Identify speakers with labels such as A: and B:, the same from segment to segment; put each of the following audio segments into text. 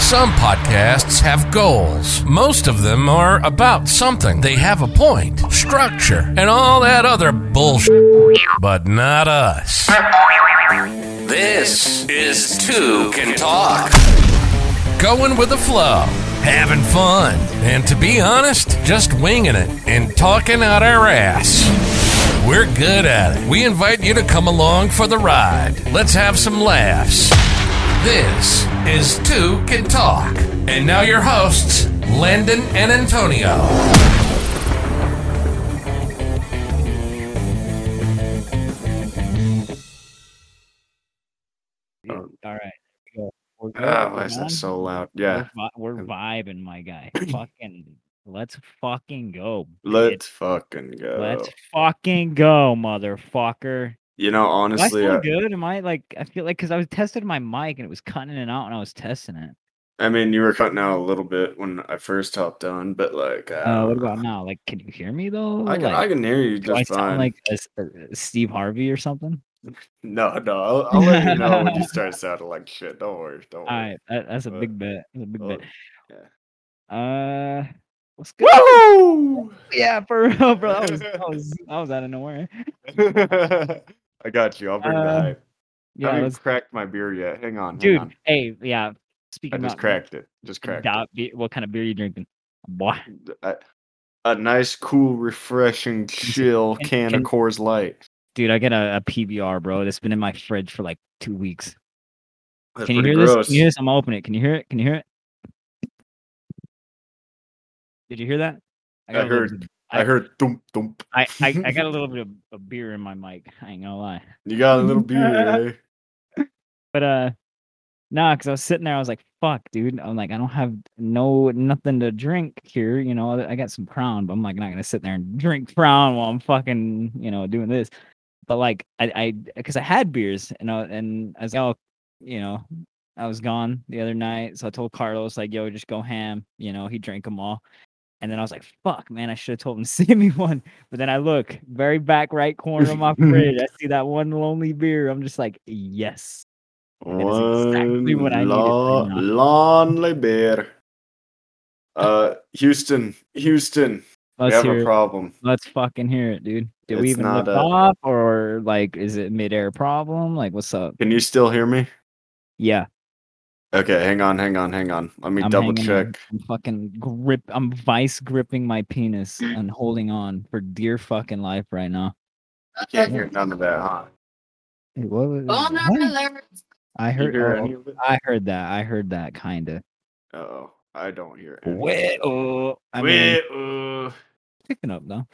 A: Some podcasts have goals. Most of them are about something. They have a point, structure, and all that other bullshit. But not us. This is Two Can Talk. Going with the flow, having fun, and to be honest, just winging it and talking out our ass. We're good at it. We invite you to come along for the ride. Let's have some laughs. This is Two Can Talk. And now your hosts, Landon and Antonio.
B: Dude,
C: Um,
B: all right. There we go. We're good.
C: Ah,
B: We're
C: why is
B: on.
C: that so loud?
B: We're
C: Yeah.
B: vi- We're, vibing, my guy. fucking, let's fucking go.
C: Let's fucking go.
B: bitch. let's fucking go, motherfucker.
C: you know,
B: Am I
C: honestly, uh
B: still
C: I,
B: good? Am I like? I feel like because I was testing my mic and it was cutting in and out when I was testing it.
C: I mean, you were cutting out a little bit when I first hopped on, but like,
B: Uh, what
C: uh,
B: about now? Like, can you hear me though?
C: I can,
B: like,
C: I can hear you
B: do I
C: just fine.
B: sound like a s- a- a Steve Harvey or something?
C: no, no, I'll, I'll let you know when you start sounding like shit. Don't worry, don't
B: All
C: worry.
B: right, that, that's a
C: Uh,
B: big bet. That's a big bet.
C: Oh,
B: Uh, what's good?
C: Woo!
B: Yeah, for real, bro. That was, that was, that was out of nowhere.
C: I got you. I'll bring the
B: Uh,
C: hype. I
B: Yeah,
C: haven't
B: let's
C: cracked my beer yet. Hang on, hang
B: dude.
C: on.
B: Hey, yeah. Speaking
C: I
B: about
C: just cracked it. Just cracked. it.
B: doubt beer- what kind of beer you drinking? Boy,
C: A, a nice, cool, refreshing, chill
B: can-
C: can of
B: can-
C: Coors Light.
B: dude, I got a, a PBR, bro. That's been in my fridge for like two weeks.
C: That's
B: Can you
C: pretty
B: hear
C: gross.
B: this? Can you hear this? I'm gonna open it. Can you hear it? Can you hear it? Did you hear that?
C: I
B: got a little
C: heard-
B: bit of-
C: I heard thump thump.
B: I, I, I got a little bit of, of beer in my mic. I ain't gonna lie.
C: You got a little beer.
B: But uh, nah, cause I was sitting there, I was like, "Fuck, dude!" I'm like, I don't have no nothing to drink here. You know, I got some Crown, but I'm like not gonna sit there and drink Crown while I'm fucking, you know, doing this. But like, I, I, cause I had beers, and I, and I was like, oh, you know, I was gone the other night, so I told Carlos like, "Yo, just go ham." You know, he drank them all. And then I was like, "Fuck, man! I should have told him to send me one." But then I look very back right corner of my fridge. I see that one lonely beer. I'm just like, "Yes, is exactly what I needed right now.
C: Lonely beer. Uh, Houston, Houston, we
B: let's
C: have
B: hear
C: a
B: it.
C: problem.
B: Let's fucking hear it, dude. Did we
C: It's
B: even
C: not
B: lift
C: a-
B: off, or like, is it midair problem? Like, what's up?
C: Can you still hear me?
B: Yeah,
C: Okay, hang on, hang on, hang on. Let me double
B: hanging on.
C: check.
B: I'm fucking grip. I'm vice gripping my penis and holding on for dear fucking life right now.
C: I can't hear none of that, huh?
B: Hey, what was-
D: Vulnerable
B: what?
D: alert.
B: I
C: You
B: heard.
C: hear
B: oh,
C: any of it?
B: I heard that. I heard that kind of.
C: Oh, I don't hear it.
B: Well,
C: oh,
B: I mean,
C: Wait, uh,
B: picking up though.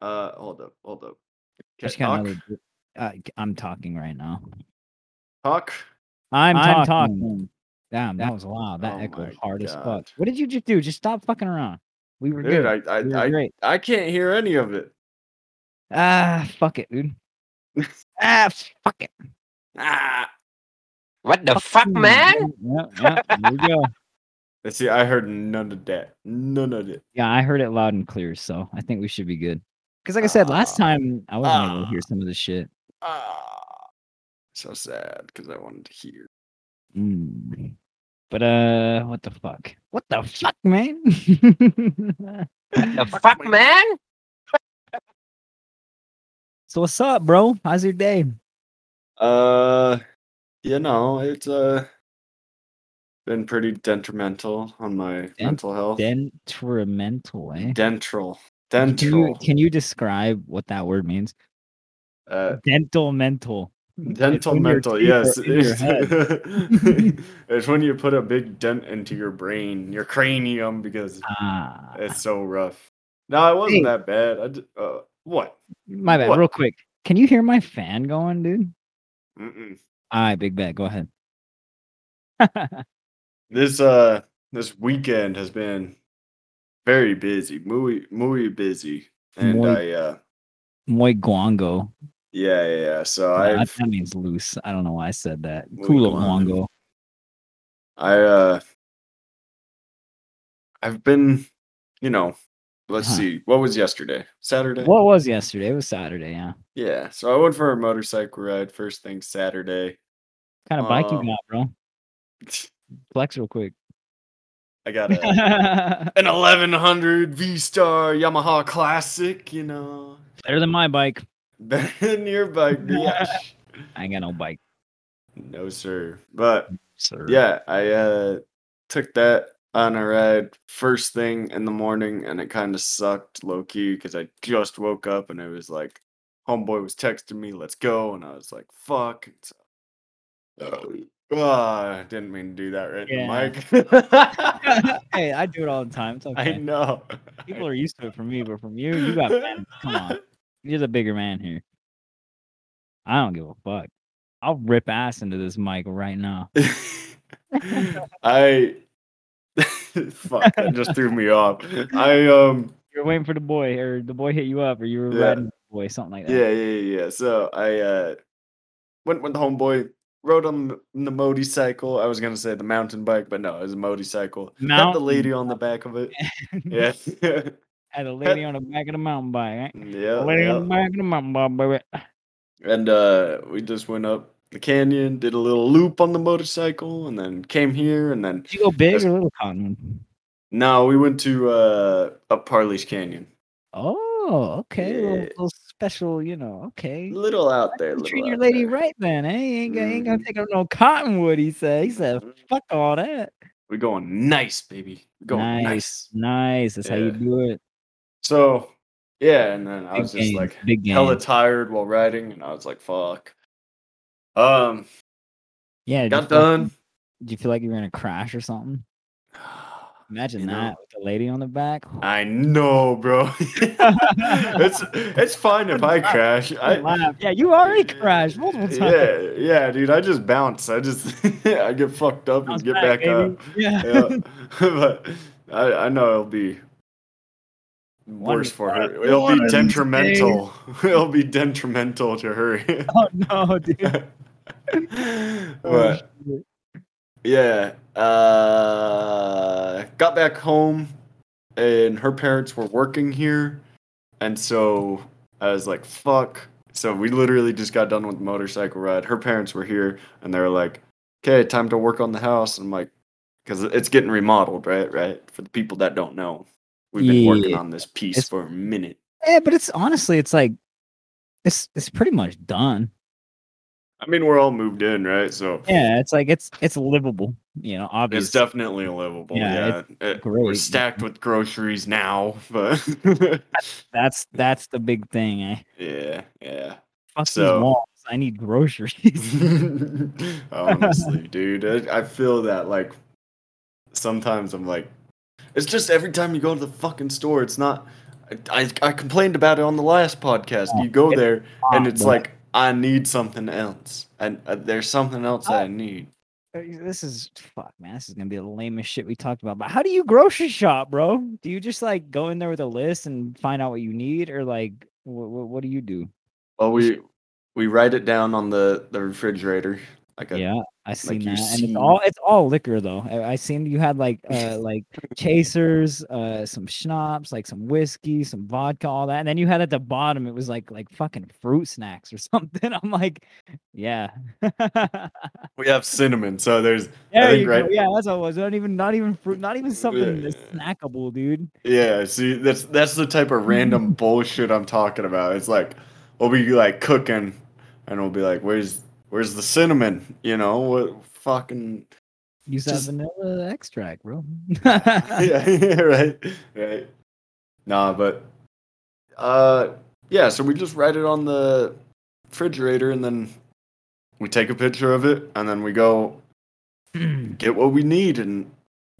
C: uh, hold up, hold up. Can
B: Just got
C: talk?
B: another. Uh, I'm talking right now.
C: Talk?
B: I'm,
E: I'm
B: talking. Damn, that was loud. That
C: Oh
B: echoed
C: my
B: hard as fuck.
C: God.
B: What did you just do? Just stop fucking around. We were
C: Dude,
B: good.
C: I,
B: we were
C: I, I,
B: great.
C: I can't hear any of it.
B: Ah, fuck it, dude. ah, fuck it.
C: Ah.
D: What the fuck,
B: Mm,
D: man?
B: Yeah, yeah, yeah, there we go.
C: See, I heard none of that. None of it.
B: Yeah, I heard it loud and clear, so I think we should be good. Because, like I said, last
C: Ah,
B: time I wasn't able to hear
C: ah.
B: some of the shit.
C: Ah, so sad because I wanted to hear.
B: Mm. But uh, what the fuck? What the fuck, man?
D: The fuck, man?
B: so what's up, bro? How's your day?
C: Uh, you know, it's uh been pretty detrimental on my mental health.
B: Detrimental, eh?
C: Dental,
B: Can you
C: dental,
B: can you describe what that word means?
C: uh,
B: Dental mental.
C: dental
B: when your
C: mental.
B: teeth are
C: Yes,
B: in your
C: it's, it's when you put a big dent into your brain, your cranium, because
B: Ah,
C: it's so rough. No, it
B: Hey.
C: wasn't that bad. I d- uh, what?
B: my bad.
C: What?
B: Real quick, can you hear my fan going, dude?
C: Mm-mm.
B: All right, big bet. Go ahead.
C: this uh this weekend has been very busy muy muy busy and
B: Muy-
C: i uh
B: Muy guango.
C: yeah yeah, yeah. so
B: Uh,
C: i
B: that means loose. I don't know why I said that.
C: Muy
B: Culo
C: guango.
B: guango.
C: i uh i've been you know let's
B: Huh.
C: see what was yesterday saturday
B: What was yesterday? It was Saturday. Yeah.
C: yeah so i went for a motorcycle ride first thing saturday
B: kind of bike you
C: Um,
B: got, bro? Flex real quick.
C: I got a, an 1100 V Star Yamaha Classic, you know.
B: Better than my bike.
C: Better than your bike, yeah.
B: I ain't got no bike,
C: No, sir. But
B: sir.
C: yeah, I uh, took that on a ride first thing in the morning, and it kind of sucked low key because I just woke up and it was like, homeboy was texting me, "Let's go," and I was like, "Fuck." It's, uh, didn't mean to do that right
B: Yeah.
C: in the mic.
B: hey, I do it all the time. It's
C: I
B: okay.
C: know.
B: People are used to it from me, but from you, you got fans. Come on. You're the bigger man here. I don't give a fuck. I'll rip ass into this mic right now.
C: I fuck that just threw me off. I um
B: You're waiting for the boy, or the boy hit you up, or you were
C: Yeah.
B: riding with the boy, something like that.
C: yeah yeah yeah. yeah. So I uh went with the homeboy, rode on the- the motorcycle. I was gonna say the mountain bike, but no, it was a motorcycle. Got the
B: Mountain
C: lady on the back of it. Yeah, yeah,
B: Had a lady on the back of the mountain bike. Right? A lady on
C: yeah.
B: the back of the mountain bike, baby.
C: And uh, we just went up the canyon, did a little loop on the motorcycle, and then came here, and then
B: Did you go big
C: That's-
B: or little cotton one?
C: no, we went to uh up Parley's Canyon.
B: Oh, okay. Little,
C: Yeah.
B: little special, you know. Okay.
C: Little out there,
B: You
C: little
B: treat your
C: out
B: lady
C: there.
B: right then, eh? You ain't, gonna- ain't gonna
C: Mhm.
B: take up no cottonwood, he said. He said,
C: Mhm.
B: fuck all that.
C: We're going nice, baby. We're going nice.
B: Nice. That's how you
C: Yeah.
B: do it.
C: So yeah, and then I
B: Big
C: was just
B: gains,
C: like
B: big
C: hella
B: gains.
C: tired while riding, and I was like, "Fuck." Um,
B: Yeah. did you
C: got
B: feel like-
C: done.
B: Did you feel like you were in a crash or something? Imagine
C: You know.
B: that with the lady on the back.
C: I know, bro. it's it's fine if I crash.
B: I
C: I
B: laugh. Yeah, you already crashed multiple times.
C: Yeah, yeah, dude. I just bounce. I just I get fucked up
B: Bounce
C: and get
B: back,
C: back, up.
B: baby. Yeah.
C: yeah. but I, I know it'll be worse for her.
B: Wonderful.
C: It'll
B: One of
C: be
B: these
C: detrimental. It'll be detrimental to her.
B: Oh no, dude.
C: but
B: Oh, shit.
C: yeah, uh, got back home, and her parents were working here, and so I was like, "Fuck." So we literally just got done with the motorcycle ride. Her parents were here, and they were like, "Okay, time to work on the house." And I'm like, "Cause it's getting remodeled, right? Right? For the people that don't know, we've been working
B: Yeah.
C: on this piece
B: It's-
C: for a minute.
B: Yeah, but it's honestly, it's like, it's it's pretty much done.
C: I mean, we're all moved in, right? So
B: Yeah, it's like it's it's livable. You know, obviously.
C: It's definitely livable.
B: Yeah,
C: Yeah, It- we're
B: great.
C: stacked with groceries now, but
B: that's that's the big thing. Eh?
C: yeah, yeah.
B: Fuck these
C: So-
B: walls. I need groceries.
C: Honestly, dude, I, I feel that like sometimes I'm like, it's just every time you go to the fucking store, it's not. I I, I complained about it on the last podcast. You go
B: It's
C: there and it's
B: Fuck,
C: like I need something else, and uh, there's something else that I need.
B: bro. Uh, this is fuck, man. This is gonna be the lamest shit we talked about. But how do you grocery shop, bro? Do you just like go in there with a list and find out what you need, or like what what, what do you do?
C: Well, we we write it down on the the refrigerator like uh, a
B: Yeah, I seen
C: you
B: that, and
C: see-
B: it's all it's all liquor though. I, I seen you had like uh like chasers, uh some schnapps, like some whiskey, some vodka, all that, and then you had at the bottom it was like like fucking fruit snacks or something. I'm like, yeah,
C: We have cinnamon, so there's
B: there
C: think
B: you go.
C: right-
B: Yeah, that's what it was. Not even not even fruit, not even something that's
C: Yeah.
B: snackable, dude.
C: yeah. See, that's that's the type of random bullshit I'm talking about. It's like we'll be like cooking, and we'll be like, "Where's where's the cinnamon?" You know what? Fucking
B: Use that
C: Just-
B: vanilla extract, bro.
C: yeah, yeah, right, right. Nah, but uh, yeah. So we just write it on the refrigerator, and then we take a picture of it, and then we go get what we need, and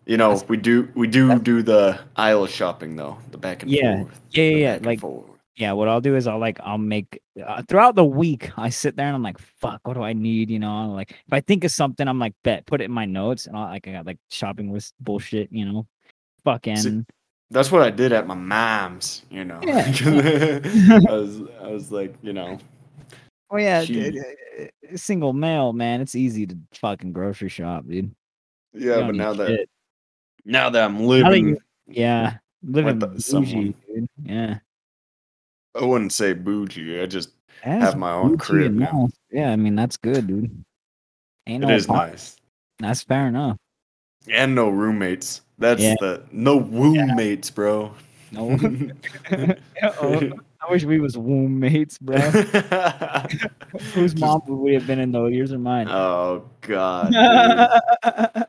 C: you know
B: That's-
C: we do we do
B: that's-
C: do the aisle shopping though, the back and
B: Yeah.
C: forth.
B: Yeah,
C: the
B: yeah, yeah,
C: back and
B: like-
C: forth.
B: yeah, what I'll do is I'll like I'll make uh, throughout the week. I sit there and I'm like, fuck, what do I need? You know, I'm like if I think of something, I'm like, bet, put it in my notes, and I'll, like I got like shopping list bullshit, you know, fucking.
C: That's what I did at my mom's, you know.
B: Yeah.
C: I was I was like, you know,
B: oh yeah,
C: Gee.
B: dude, uh, uh, single male man, it's easy to fucking grocery shop, dude. You
C: yeah,
B: don't
C: but
B: need
C: now that
B: shit.
C: now that I'm
B: that
C: living
B: you- yeah, living
C: the-
B: bougie,
C: someone-
B: dude. Yeah,
C: I wouldn't say bougie, I just
B: That's
C: have my own
B: bougie
C: crib
B: and
C: now.
B: nice. Yeah, I mean that's good, dude. Ain't
C: It
B: no
C: is
B: problem.
C: nice.
B: That's fair enough.
C: and no roommates. That's
B: Yeah.
C: the no roommates, mates, bro.
B: No. Uh-oh. I wish we was womb mates, bro. Whose mom would we have been in though? Yours or mine?
C: oh god. dude.
B: Uh,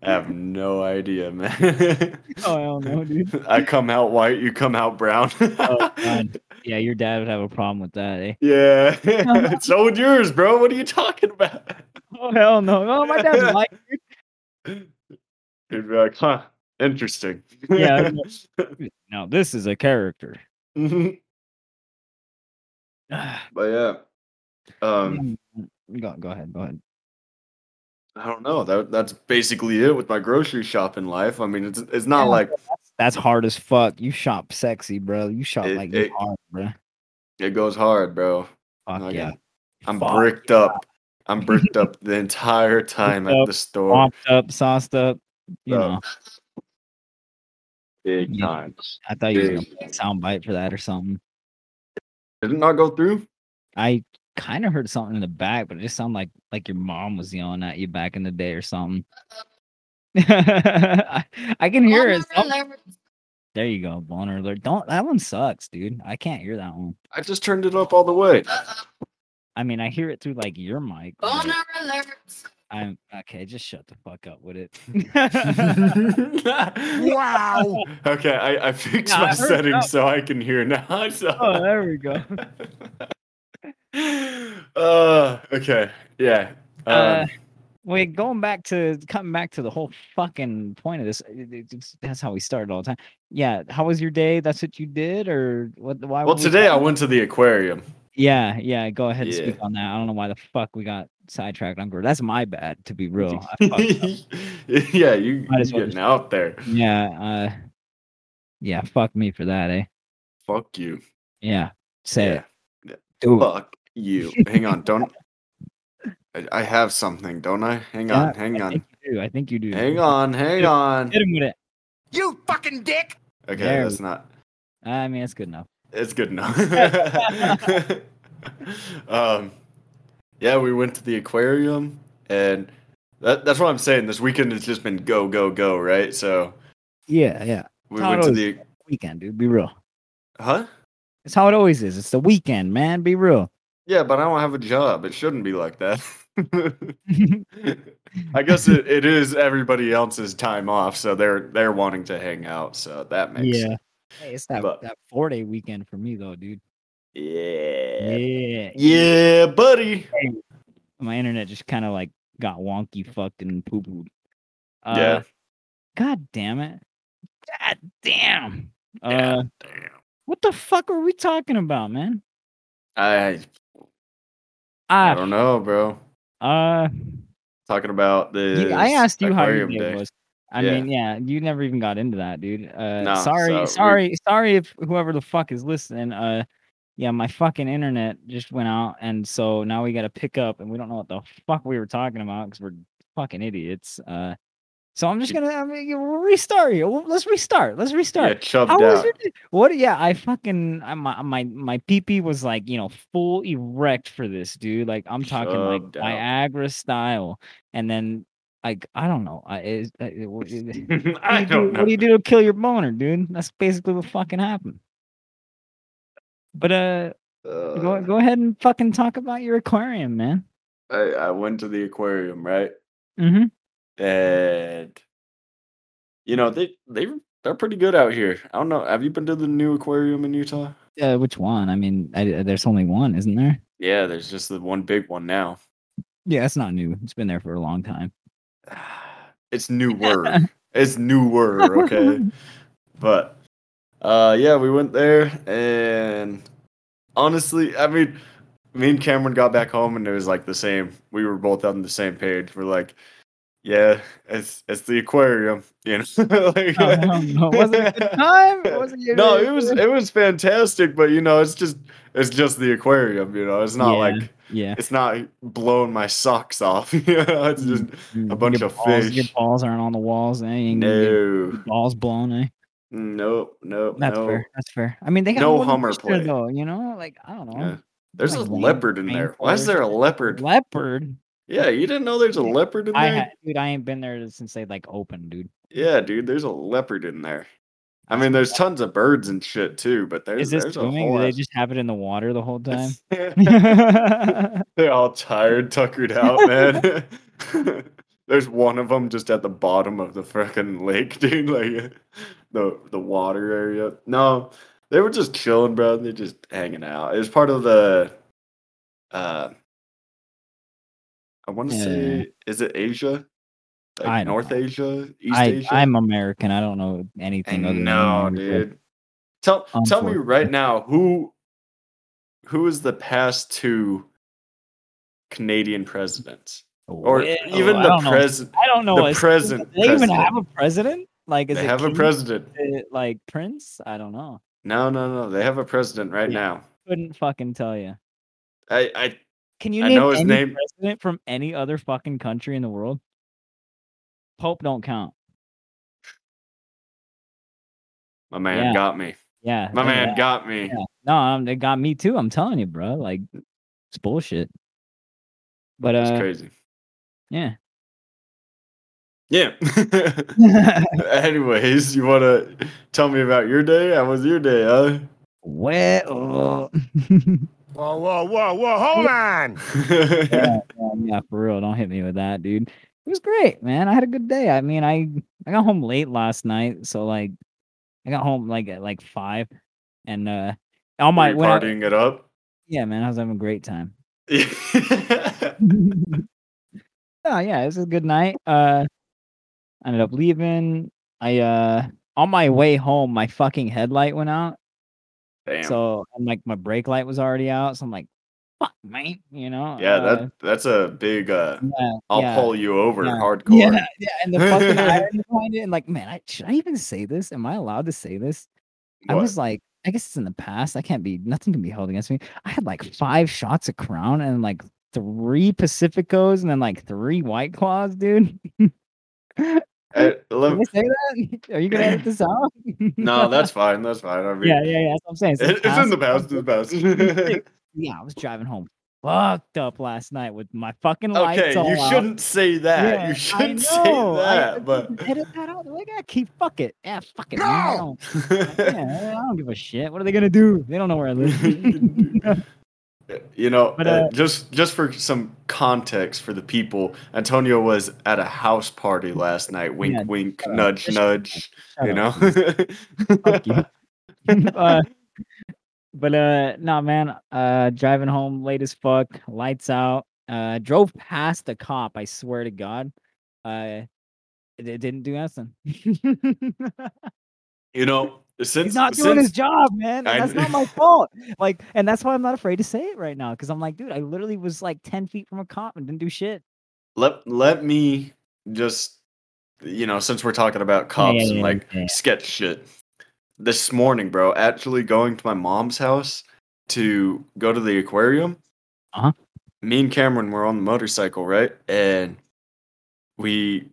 C: I have no idea, man.
B: Oh, I don't know, dude.
C: I come out white, you come out brown.
B: Oh, God. Yeah, your dad would have a problem with that, eh?
C: yeah. so would yours, bro. What are you talking about?
B: Oh, hell no. Oh, my dad's like,
C: You'd be like, huh, interesting.
B: Yeah, no, this is a character.
C: Mhm. but yeah. Um,
B: go, go ahead, go ahead.
C: I don't know. That that's basically it with my grocery shop in life. I mean, it's it's not
B: Yeah,
C: like
B: That's hard as fuck. You shop sexy, bro. You shop
C: It-
B: like
C: it-
B: you hard, bro.
C: it goes hard, bro.
B: Fuck
C: no,
B: yeah.
C: yeah. I'm
B: Fuck
C: bricked up. I'm bricked up the entire time at
B: up,
C: the store.
B: Pumped up, sauced up. You
C: Bro.
B: know,
C: Big
B: yeah.
C: time.
B: I thought you were gonna
C: Big.
B: put a sound bite for that or something.
C: Did it not go through?
B: I kind of heard something in the back, but it just sounded like like your mom was yelling at you back in the day or something. I, I can hear it. some- There you go, boner alert. Don't that one sucks, dude. I can't hear that one.
C: I just turned it up all the way.
B: I mean, I hear it through like your mic. but
D: Boner alert.
B: I'm okay. Just shut the fuck up with it.
C: wow. Okay, I, I fixed
B: Yeah, I
C: my
B: heard it
C: settings
B: up.
C: so I can hear now. So.
B: oh, there we go.
C: uh, okay. Yeah. Um,
B: Uh, Wait, going back to coming back to the whole fucking point of this. it- it- it's- that's how we started all the time. Yeah. How was your day? That's what you did, or what? Why?
C: well,
B: were we
C: today I
B: talking-
C: went to the aquarium.
B: Yeah, yeah. Go ahead and
C: Yeah.
B: speak on that. I don't know why the fuck we got sidetracked on Gordo. That's my bad, to be real. I fucked up.
C: yeah, you,
B: Might
C: you
B: as well
C: getting
B: just-
C: out there.
B: yeah, uh, yeah. Fuck me for that, eh?
C: Fuck you.
B: Yeah. Say
C: yeah.
B: it. Do it.
C: Fuck you. Hang on. Don't. I, I have something, don't I? Hang
B: Yeah,
C: on. Hang
B: I
C: on.
B: think you do. I think you do.
C: Hang on. Hang on.
B: Hit him with it.
D: You fucking dick.
C: Okay,
B: There
C: that's not.
B: I mean, that's good enough.
C: It's good enough. um, yeah, we went to the aquarium, and that, that's what I'm saying. This weekend has just been go, go, go, right? So
B: Yeah, yeah.
C: we
B: How
C: went to
B: was-
C: the.
B: Weekend, dude. Be real.
C: Huh?
B: It's how it always is. It's the weekend, man. Be real.
C: Yeah, but I don't have a job. It shouldn't be like that. I guess it, it is everybody else's time off, so they're they're wanting to hang out, so that makes
B: yeah. Hey, it's that,
C: But-
B: that four day weekend for me though, dude.
C: Yeah.
B: Yeah.
C: Yeah, buddy.
B: My internet just kind of like got wonky, fucked, and poo pooed. Uh,
C: Yeah.
B: God damn it. God damn. Uh,
C: Damn.
B: what the fuck are we talking about, man?
C: I I
B: Ah,
C: don't know, bro.
B: uh,
C: Talking about this.
B: you, I asked you how your
C: aquarium
B: day,
C: day.
B: was. I
C: Yeah.
B: mean, yeah, you never even got into that, dude. Uh,
C: No,
B: sorry,
C: so we-
B: sorry, sorry if whoever the fuck is listening. Uh, yeah, my fucking internet just went out, and so now we got to pick up, and we don't know what the fuck we were talking about because we're fucking idiots. Uh, so I'm just gonna I mean, you- we'll restart here. Well, Let's restart. Let's
C: Yeah,
B: restart.
C: chubbed
B: How was
C: out.
B: your day? What? Yeah, I fucking I, my my my PP was like you know full erect for this dude. Like I'm talking like
C: Chubbed out.
B: Viagra style, and then like I don't know. I is uh, it- what- it- what do
C: I
B: you
C: don't
B: do,
C: know.
B: What do you do to kill your boner, dude? That's basically what fucking happened. But uh, go
C: Uh,
B: go ahead and fucking talk about your aquarium, man.
C: I, I went to the aquarium, right?
B: Mm-hmm.
C: And you know, they they they're pretty good out here. I don't know. Have you been to the new aquarium in Utah?
B: Uh, which one? I mean, I, uh, there's only one, isn't there?
C: Yeah, there's just the one big one now.
B: Yeah, it's not new. It's been there for a long time.
C: It's newer. it's newer, okay? But uh yeah, we went there and honestly, I mean me and Cameron got back home and it was like the same. We were both on the same page. We're like, yeah, it's it's the aquarium, you know. Like-
B: No, no, no, Um, it wasn't a good time. It wasn't your-
C: No, it was it was fantastic, but you know, it's just it's just the aquarium, you know. It's not
B: Yeah.
C: like
B: Yeah.
C: it's not blowing my socks off. You know, it's just
B: Mm,
C: bunch
B: your
C: of
B: balls, Your
C: fish.
B: balls aren't on the walls. Eh? You ain't gonna get
C: no,
B: your balls blown. Eh?
C: no, no,
B: That's
C: no.
B: fair. That's fair. I mean, they got
C: No
B: one
C: Hummer
B: fish there,
C: play.
B: though. You know, like I don't know.
C: Yeah. There's a
B: Like rain-
C: leopard in there. Why is
B: rainforest.
C: there a leopard?
B: Leopard.
C: Yeah, you didn't know there's a leopard in
B: I
C: there?
B: had, dude, I ain't been there since they like opened, dude.
C: yeah, dude, there's a leopard in there. I mean, there's tons of birds and shit too, but there's
B: Is this
C: there's a
B: swimming?
C: whole
B: Do they
C: ass-
B: just have it in the water the whole time?
C: They're all tired, tuckered out, man. There's one of them just at the bottom of the freaking lake, dude. Like the the water area. No, they were just chilling, bro. They're just hanging out. It was part of the. uh I want to
B: Yeah.
C: say, is it Asia? Like
B: I don't
C: North
B: know.
C: Asia, East
B: I,
C: Asia.
B: I'm American. I don't know anything.
C: I
B: other than
C: know,
B: America.
C: dude. Tell tell me right now who who is the past two Canadian presidents, or
B: Yeah,
C: even
B: oh, I
C: the
B: don't know.
C: president?
B: I don't know.
C: the
B: Is-
C: present
B: Do they even
C: president.
B: have a president? Like, is
C: They
B: it
C: have a
B: King?
C: president.
B: Is it, like Prince? I don't know.
C: No, no, no. They have a president right
B: Yeah.
C: now.
B: Couldn't fucking tell you.
C: I, I
B: Can you
C: I
B: name
C: know his
B: any
C: name.
B: president from any other fucking country in the world? Pope don't count.
C: my man
B: Yeah.
C: got me.
B: Yeah,
C: My
B: look at
C: man
B: that.
C: got me.
B: Yeah. No, um, it got me too. I'm telling you, bro. Like, it's bullshit. But
C: It's
B: uh,
C: crazy.
B: yeah.
C: Yeah. Anyways, you wanna tell me about your day? How was your day,
B: well, yeah,
D: Whoa, whoa, whoa, whoa, hold on.
C: huh?
B: Oh, yeah, for real. Don't hit me with that, dude. It was great, man. I had a good day. I mean, I I got home late last night, so like, I got home like at like five, and uh, all
C: Were
B: my
C: you
B: when I-
C: partying it up.
B: yeah, man, I was having a great time.
C: yeah,
B: oh yeah, it was a good night. Uh I ended up leaving. I uh on my way home, my fucking headlight went out.
C: Damn.
B: So and like my brake light was already out. So I'm like, fuck mate, you know. uh,
C: that that's a big uh
B: yeah,
C: I'll
B: yeah.
C: pull you over
B: yeah,
C: hardcore.
B: Yeah, yeah, and the fucking irony behind it, and like, man, I, should I even say this? Am I allowed to say this? I
C: What?
B: was like, I guess it's in the past. I can't be nothing can be held against me. I had like five shots of Crown and like three Pacificos and then like three White Claws, dude.
C: Eh, let-
B: Can I say that? Are you gonna edit this out?
C: no, that's fine. That's fine. I mean,
B: yeah, yeah, yeah. That's what I'm saying. So
C: it- it's in the past. It's
B: I was-
C: the
B: Yeah, I was driving home, fucked up last night with my fucking
C: past.
B: lights.
C: okay,
B: all
C: you
B: out.
C: shouldn't say that.
B: Yeah, I
C: you shouldn't say
B: know, I-
C: that.
B: I
C: but
B: edit that out. Like, I keep fuck it. Yeah, fuck it. man, I
D: Go!
B: don't- yeah, I don't give a shit. What are they gonna do? They don't know where I live.
C: you know,
B: But,
C: eh,
B: uh,
C: just just for some context for the people, Antonio was at a house party last night. Wink,
B: Yeah,
C: wink,
B: shut up.
C: nudge,
B: Just
C: nudge.
B: Shut
C: you
B: up.
C: know.
B: Fuck you. uh, but uh, nah, man. Uh, driving home late as fuck. Lights out. Uh, drove past the cop. I swear to God. Uh, it, it didn't do nothing.
C: you know, since
B: He's not doing
C: since,
B: his job, man. and
C: I-
B: that's not my fault. Like, and that's why I'm not afraid to say it right now. Because I'm like, dude, I literally was like ten feet from a cop and didn't do shit.
C: let let me just you know since we're talking about cops
B: yeah,
C: and
B: yeah,
C: like
B: yeah, yeah.
C: sketch shit this morning bro actually going to my mom's house to go to the aquarium
B: Uh-huh.
C: me and cameron were on the motorcycle right and we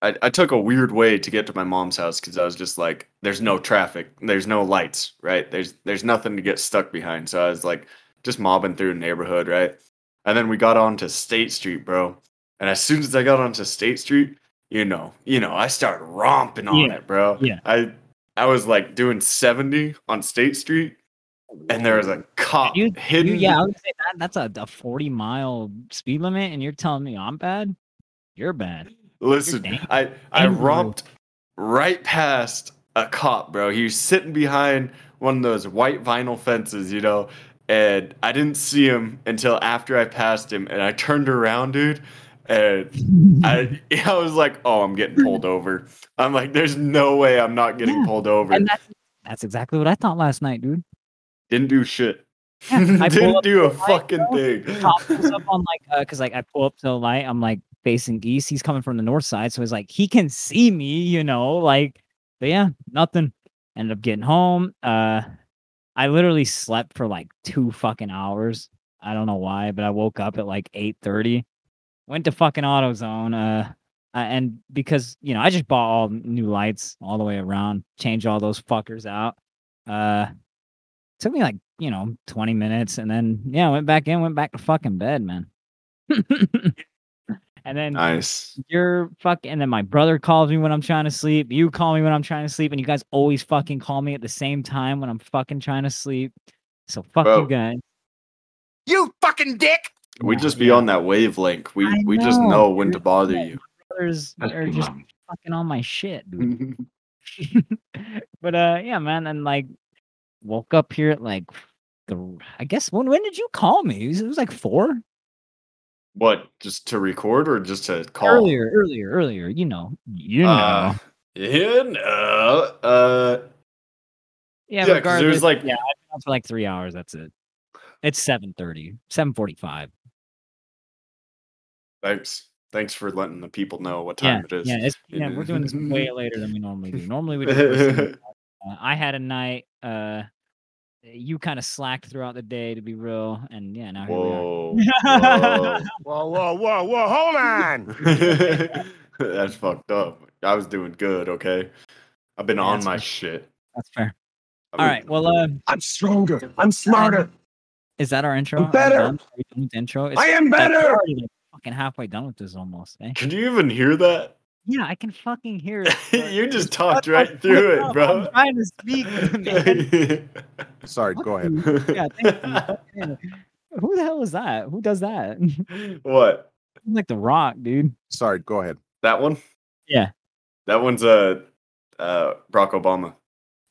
C: I, I took a weird way to get to my mom's house because i was just like there's no traffic there's no lights right there's there's nothing to get stuck behind so i was like just mobbing through the neighborhood right and then we got onto state street bro and as soon as I got onto State Street, you know, you know, I started romping on
B: Yeah,
C: it, bro.
B: yeah.
C: I I was like doing 70 on State Street, and there was a cop
B: You-
C: hidden.
B: You- yeah, I would say that, that's a, a 40 mile speed limit, and you're telling me I'm bad? You're bad.
C: Listen,
B: You're dang-
C: I I
B: dang rude.
C: romped right past a cop, bro. He was sitting behind one of those white vinyl fences, you know, and I didn't see him until after I passed him, and I turned around, dude, and I I was like, oh, I'm getting pulled over. I'm like, there's no way I'm not getting
B: Yeah,
C: pulled over.
B: and that's, that's exactly what I thought last night, dude.
C: Didn't do shit.
B: Yeah, I pull
C: Didn't
B: up
C: do a
B: light,
C: fucking
B: bro.
C: thing.
B: Cop pulls up on like, because like I pull up to the light, I'm like facing east. He's coming from the north side, so he's like, he can see me, you know, like, but yeah, nothing. Ended up getting home. Uh, I literally slept for like two fucking hours. I don't know why, but I woke up at like 8:30. Went to fucking AutoZone. Uh, I- and because you know, I just bought all new lights all the way around, changed all those fuckers out. Uh, took me like you know 20 minutes, and then yeah, went back in, went back to fucking bed, man. And then
C: Nice.
B: you're fucking, and then my brother calls me when I'm trying to sleep. You call me when I'm trying to sleep, and you guys always fucking call me at the same time when I'm fucking trying to sleep. So fuck
C: Bro.
B: you guys.
D: You fucking dick!
C: We
B: Yeah,
C: just be
B: yeah.
C: on that wavelength. We
B: I
C: we just
B: know,
C: know when
B: dude.
C: to bother
B: Yeah.
C: you.
B: Brothers are just fucking on my shit, dude. but uh yeah man and like woke up here at like the i guess when when did you call me it was, it was like four
C: what? Just to record or just to call?
B: earlier earlier earlier you know you know
C: Uh, yeah, no. Uh,
B: yeah,
C: yeah, 'cause
B: regardless
C: there was, like-
B: yeah i've been up for like three hours that's it it's 7.30 7.45
C: thanks. Thanks for letting the people know what
B: yeah
C: time it is.
B: yeah, it's, yeah we're doing this way later than we normally do normally we do first thing. Uh, I had a night. Uh, you kind of slacked throughout the day, to be real, and yeah, now here we are.
C: Whoa. whoa.
D: Whoa, whoa, whoa, whoa, hold on!
C: That's fucked up. I was doing good, okay? I've been
B: Yeah,
C: on
B: that's
C: my
B: fine.
C: shit.
B: That's fair.
C: I've
B: All
C: been-
B: right. Well, uh,
D: I'm stronger. I'm smarter.
B: Is that our intro? Are we
D: better.
B: done? Are we done with the intro? It's-
D: I am
B: like, we're
D: better.
B: already, like, fucking halfway done with this almost. eh?
C: Can you even hear that?
B: Yeah, I can fucking hear it. but-
C: you just talked
B: Shut
C: right
B: the fuck
C: through it,
B: up,
C: bro.
B: I'm trying to speak. man.
D: Sorry, go ahead.
B: Yeah, thank you. fucking- Who the hell is that? Who does that?
C: what?
B: like the Rock, dude.
D: Sorry, go ahead.
C: That one?
B: Yeah.
C: That one's uh, uh Barack Obama.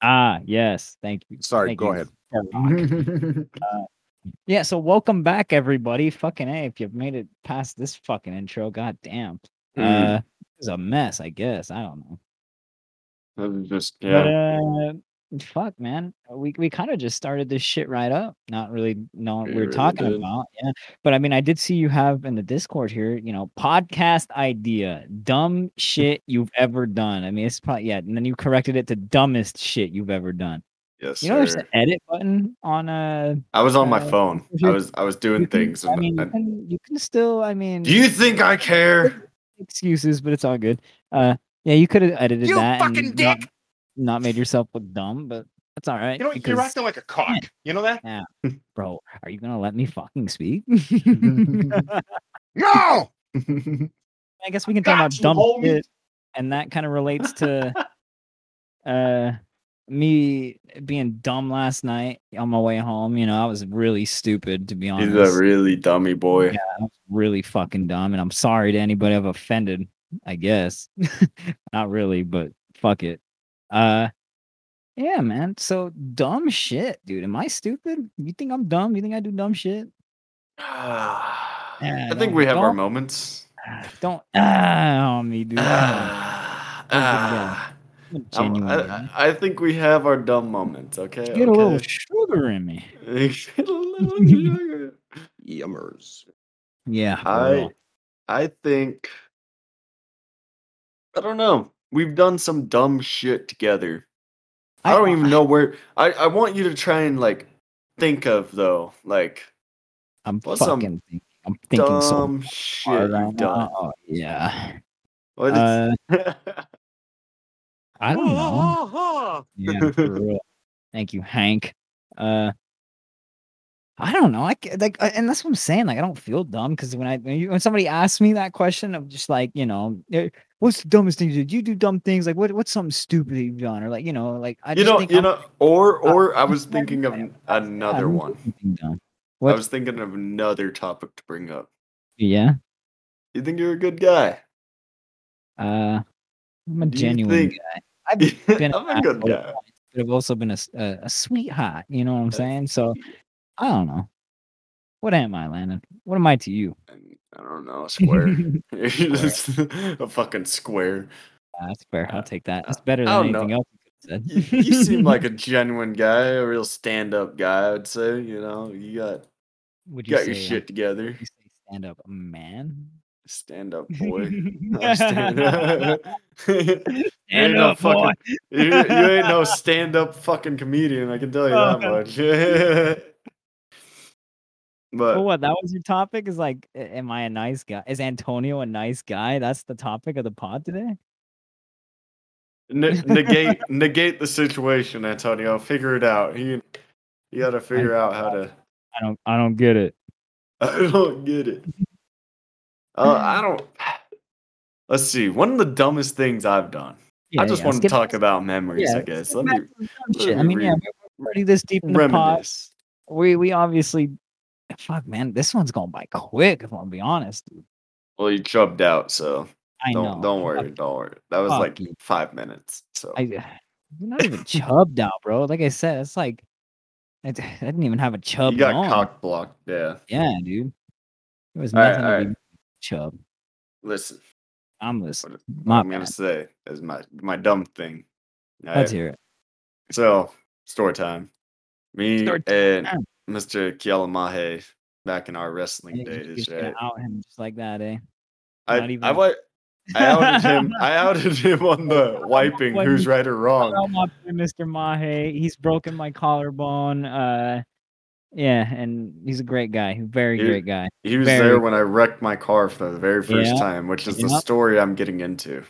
B: Ah, yes. Thank you.
D: Sorry,
B: Thank
D: go
B: you,
D: ahead.
B: The Rock. Uh, Yeah, so welcome back, everybody. Fucking A, if you've made it past this fucking intro, god damn.
C: Mm.
B: Uh, it was a mess, I guess. I don't know.
C: That was just yeah.
B: Yeah. But, uh, fuck, man. We we kind of just started this shit right up, not really knowing what we
C: We
B: were
C: really
B: talking
C: did.
B: about. Yeah. But I mean, I did see you have in the Discord here, you know, podcast idea, dumb shit you've ever done. I mean, it's probably, yeah. And then you corrected it to dumbest shit you've ever done.
C: Yes,
B: You know, there's
C: sir.
B: an edit button on uh,
C: I was on my
B: uh,
C: phone. I
B: you-
C: was I was doing
B: you can-
C: things.
B: I
C: and-
B: mean, you
C: and-
B: can, you can still, I mean,
C: do you think I care?
B: excuses, but it's all good. Uh, yeah, you could have edited
D: You
B: that
D: fucking
B: and not,
D: dick!
B: not made yourself look dumb, but that's all right.
D: You know,
B: because-
D: you're acting like a cock. You know that?
B: bro, are you gonna let me fucking speak?
D: No!
B: I guess we can talk about
D: Gotcha,
B: dumb
D: homie.
B: shit, and that kind of relates to uh me being dumb last night on my way home. You know, I was really stupid to be honest.
C: He's a really dummy boy.
B: Yeah, I was really fucking dumb, and I'm sorry to anybody I've offended. I guess not really, but fuck it. Uh, yeah, man. So dumb shit, dude. Am I stupid? You think I'm dumb? You think I do dumb shit?
C: Ah.
B: Yeah,
C: I think
B: don't-
C: we have our
B: don't-
C: moments.
B: Ah, Don't ah on me, dude. Come
C: Ah,
B: yeah. on,
C: I'm-
B: genuine.
C: I, I think we have our dumb moments. Okay.
B: Get a little
C: okay?
B: sugar in me.
C: Get a little sugar. Yummers.
B: Yeah, for
C: I,
B: real.
C: I think. I don't know. We've done some dumb shit together. I, don't even know where. I, I want you to try and like think of though, like
B: I'm
C: what's some
B: fucking. think- I'm thinking so
C: dumb
B: hard
C: shit
B: right
C: you've
B: now.
C: done.
B: Oh, yeah.
C: What is-
B: Uh, I don't know.
D: know.
B: Yeah, for real. Thank you, Hank. Uh, I don't know. I ca- like, uh, and that's what I'm saying. Like, I don't feel dumb because when I when, you, when somebody asks me that question, I'm just like, you know, "Eh, what's the dumbest thing you did? You do dumb things. Like, what what's something stupid that you've done? Or like, you know, like I
C: you
B: just
C: know,
B: think
C: you
B: I'm uh,
C: know, or or I
B: I'm
C: was
B: just
C: thinking of
B: wondering.
C: n- another
B: I'm
C: one.
B: fucking dumb.
C: I
B: Um, What?
C: was thinking of another topic to bring up.
B: Yeah.
C: You think you're a good guy?
B: Uh, I'm a
C: Do you
B: genuine
C: think-
B: guy. I've been
C: I'm a
B: an
C: good
B: asshole.
C: guy.
B: but I've also been a, s- a, a sweetheart. You know what I'm
C: That's-
B: saying? So I don't know. What am I, Landon? What am I to you?
C: And, I don't know, a square. You're just a fucking square.
B: Ah, That's fair. I'll
C: Uh,
B: take that.
C: uh,
B: That's better
C: I
B: than
C: don't
B: anything
C: know.
B: else you could
C: You,
B: have said.
C: you seem like a genuine guy, a real stand-up guy. I'd say. You know, you got
B: Would
C: you got
B: say,
C: your
B: um,
C: shit together.
B: would you say stand up man?
C: Stand-up boy. No,
B: stand
C: stand up. you ain't no
B: up, boy.
C: fucking. You, you ain't no stand-up fucking comedian. I can tell you that
B: Oh.
C: much.
B: But
C: but
B: what that was your topic is like, a- am I a nice guy? Is Antonio a nice guy? That's the topic of the pod today.
C: Ne- negate negate the situation, Antonio. Figure it out. You you got to figure out how to.
B: I don't, I don't get it.
C: I don't get it. Uh, I don't. Let's see. One of the dumbest things I've done. I just want to
B: skip-
C: talk about memories.
B: yeah,
C: I guess.
B: skip
C: Let me
B: back to the dumb shit. I
C: let me
B: mean, yeah,
C: re-
B: we're already this deep in the pod.
C: reminisce.
B: We we obviously, fuck man, this one's going by quick. If I'm gonna be honest, dude.
C: Well, you chubbed out, so
B: I
C: don't
B: know.
C: don't worry, don't worry. That was
B: Fuck
C: like
B: you.
C: five minutes. So
B: I, you're not even chubbed out, bro. Like I said, it's like I, d- I didn't even have a chub.
C: you got
B: on.
C: cock blocked. Yeah.
B: Yeah, dude. There was
C: All right,
B: nothing
C: all
B: to
C: right.
B: be chub.
C: Listen,
B: I'm listening.
C: what
B: My
C: I'm gonna
B: bad.
C: say is my my dumb thing. All
B: Let's
C: right,
B: hear it.
C: So story time. Me
B: Story
C: and
B: time.
C: Mr. Kialamahe back in our wrestling
B: Hey, you
C: days.
B: just gonna
C: Right?
B: out him just like that, eh?
C: I,
B: not even-
C: I wa- I outed him. I outed him on the wiping.
B: When-
C: Who's right or
B: Shout
C: wrong?
B: out my boy, Mr. Mahe. He's broken my collarbone. Uh, yeah, and he's a great guy. Very
C: Dude,
B: great guy.
C: He was
B: Very-
C: there when I wrecked my car for the very first
B: Yeah.
C: time, which is the
B: Yep.
C: story I'm getting into.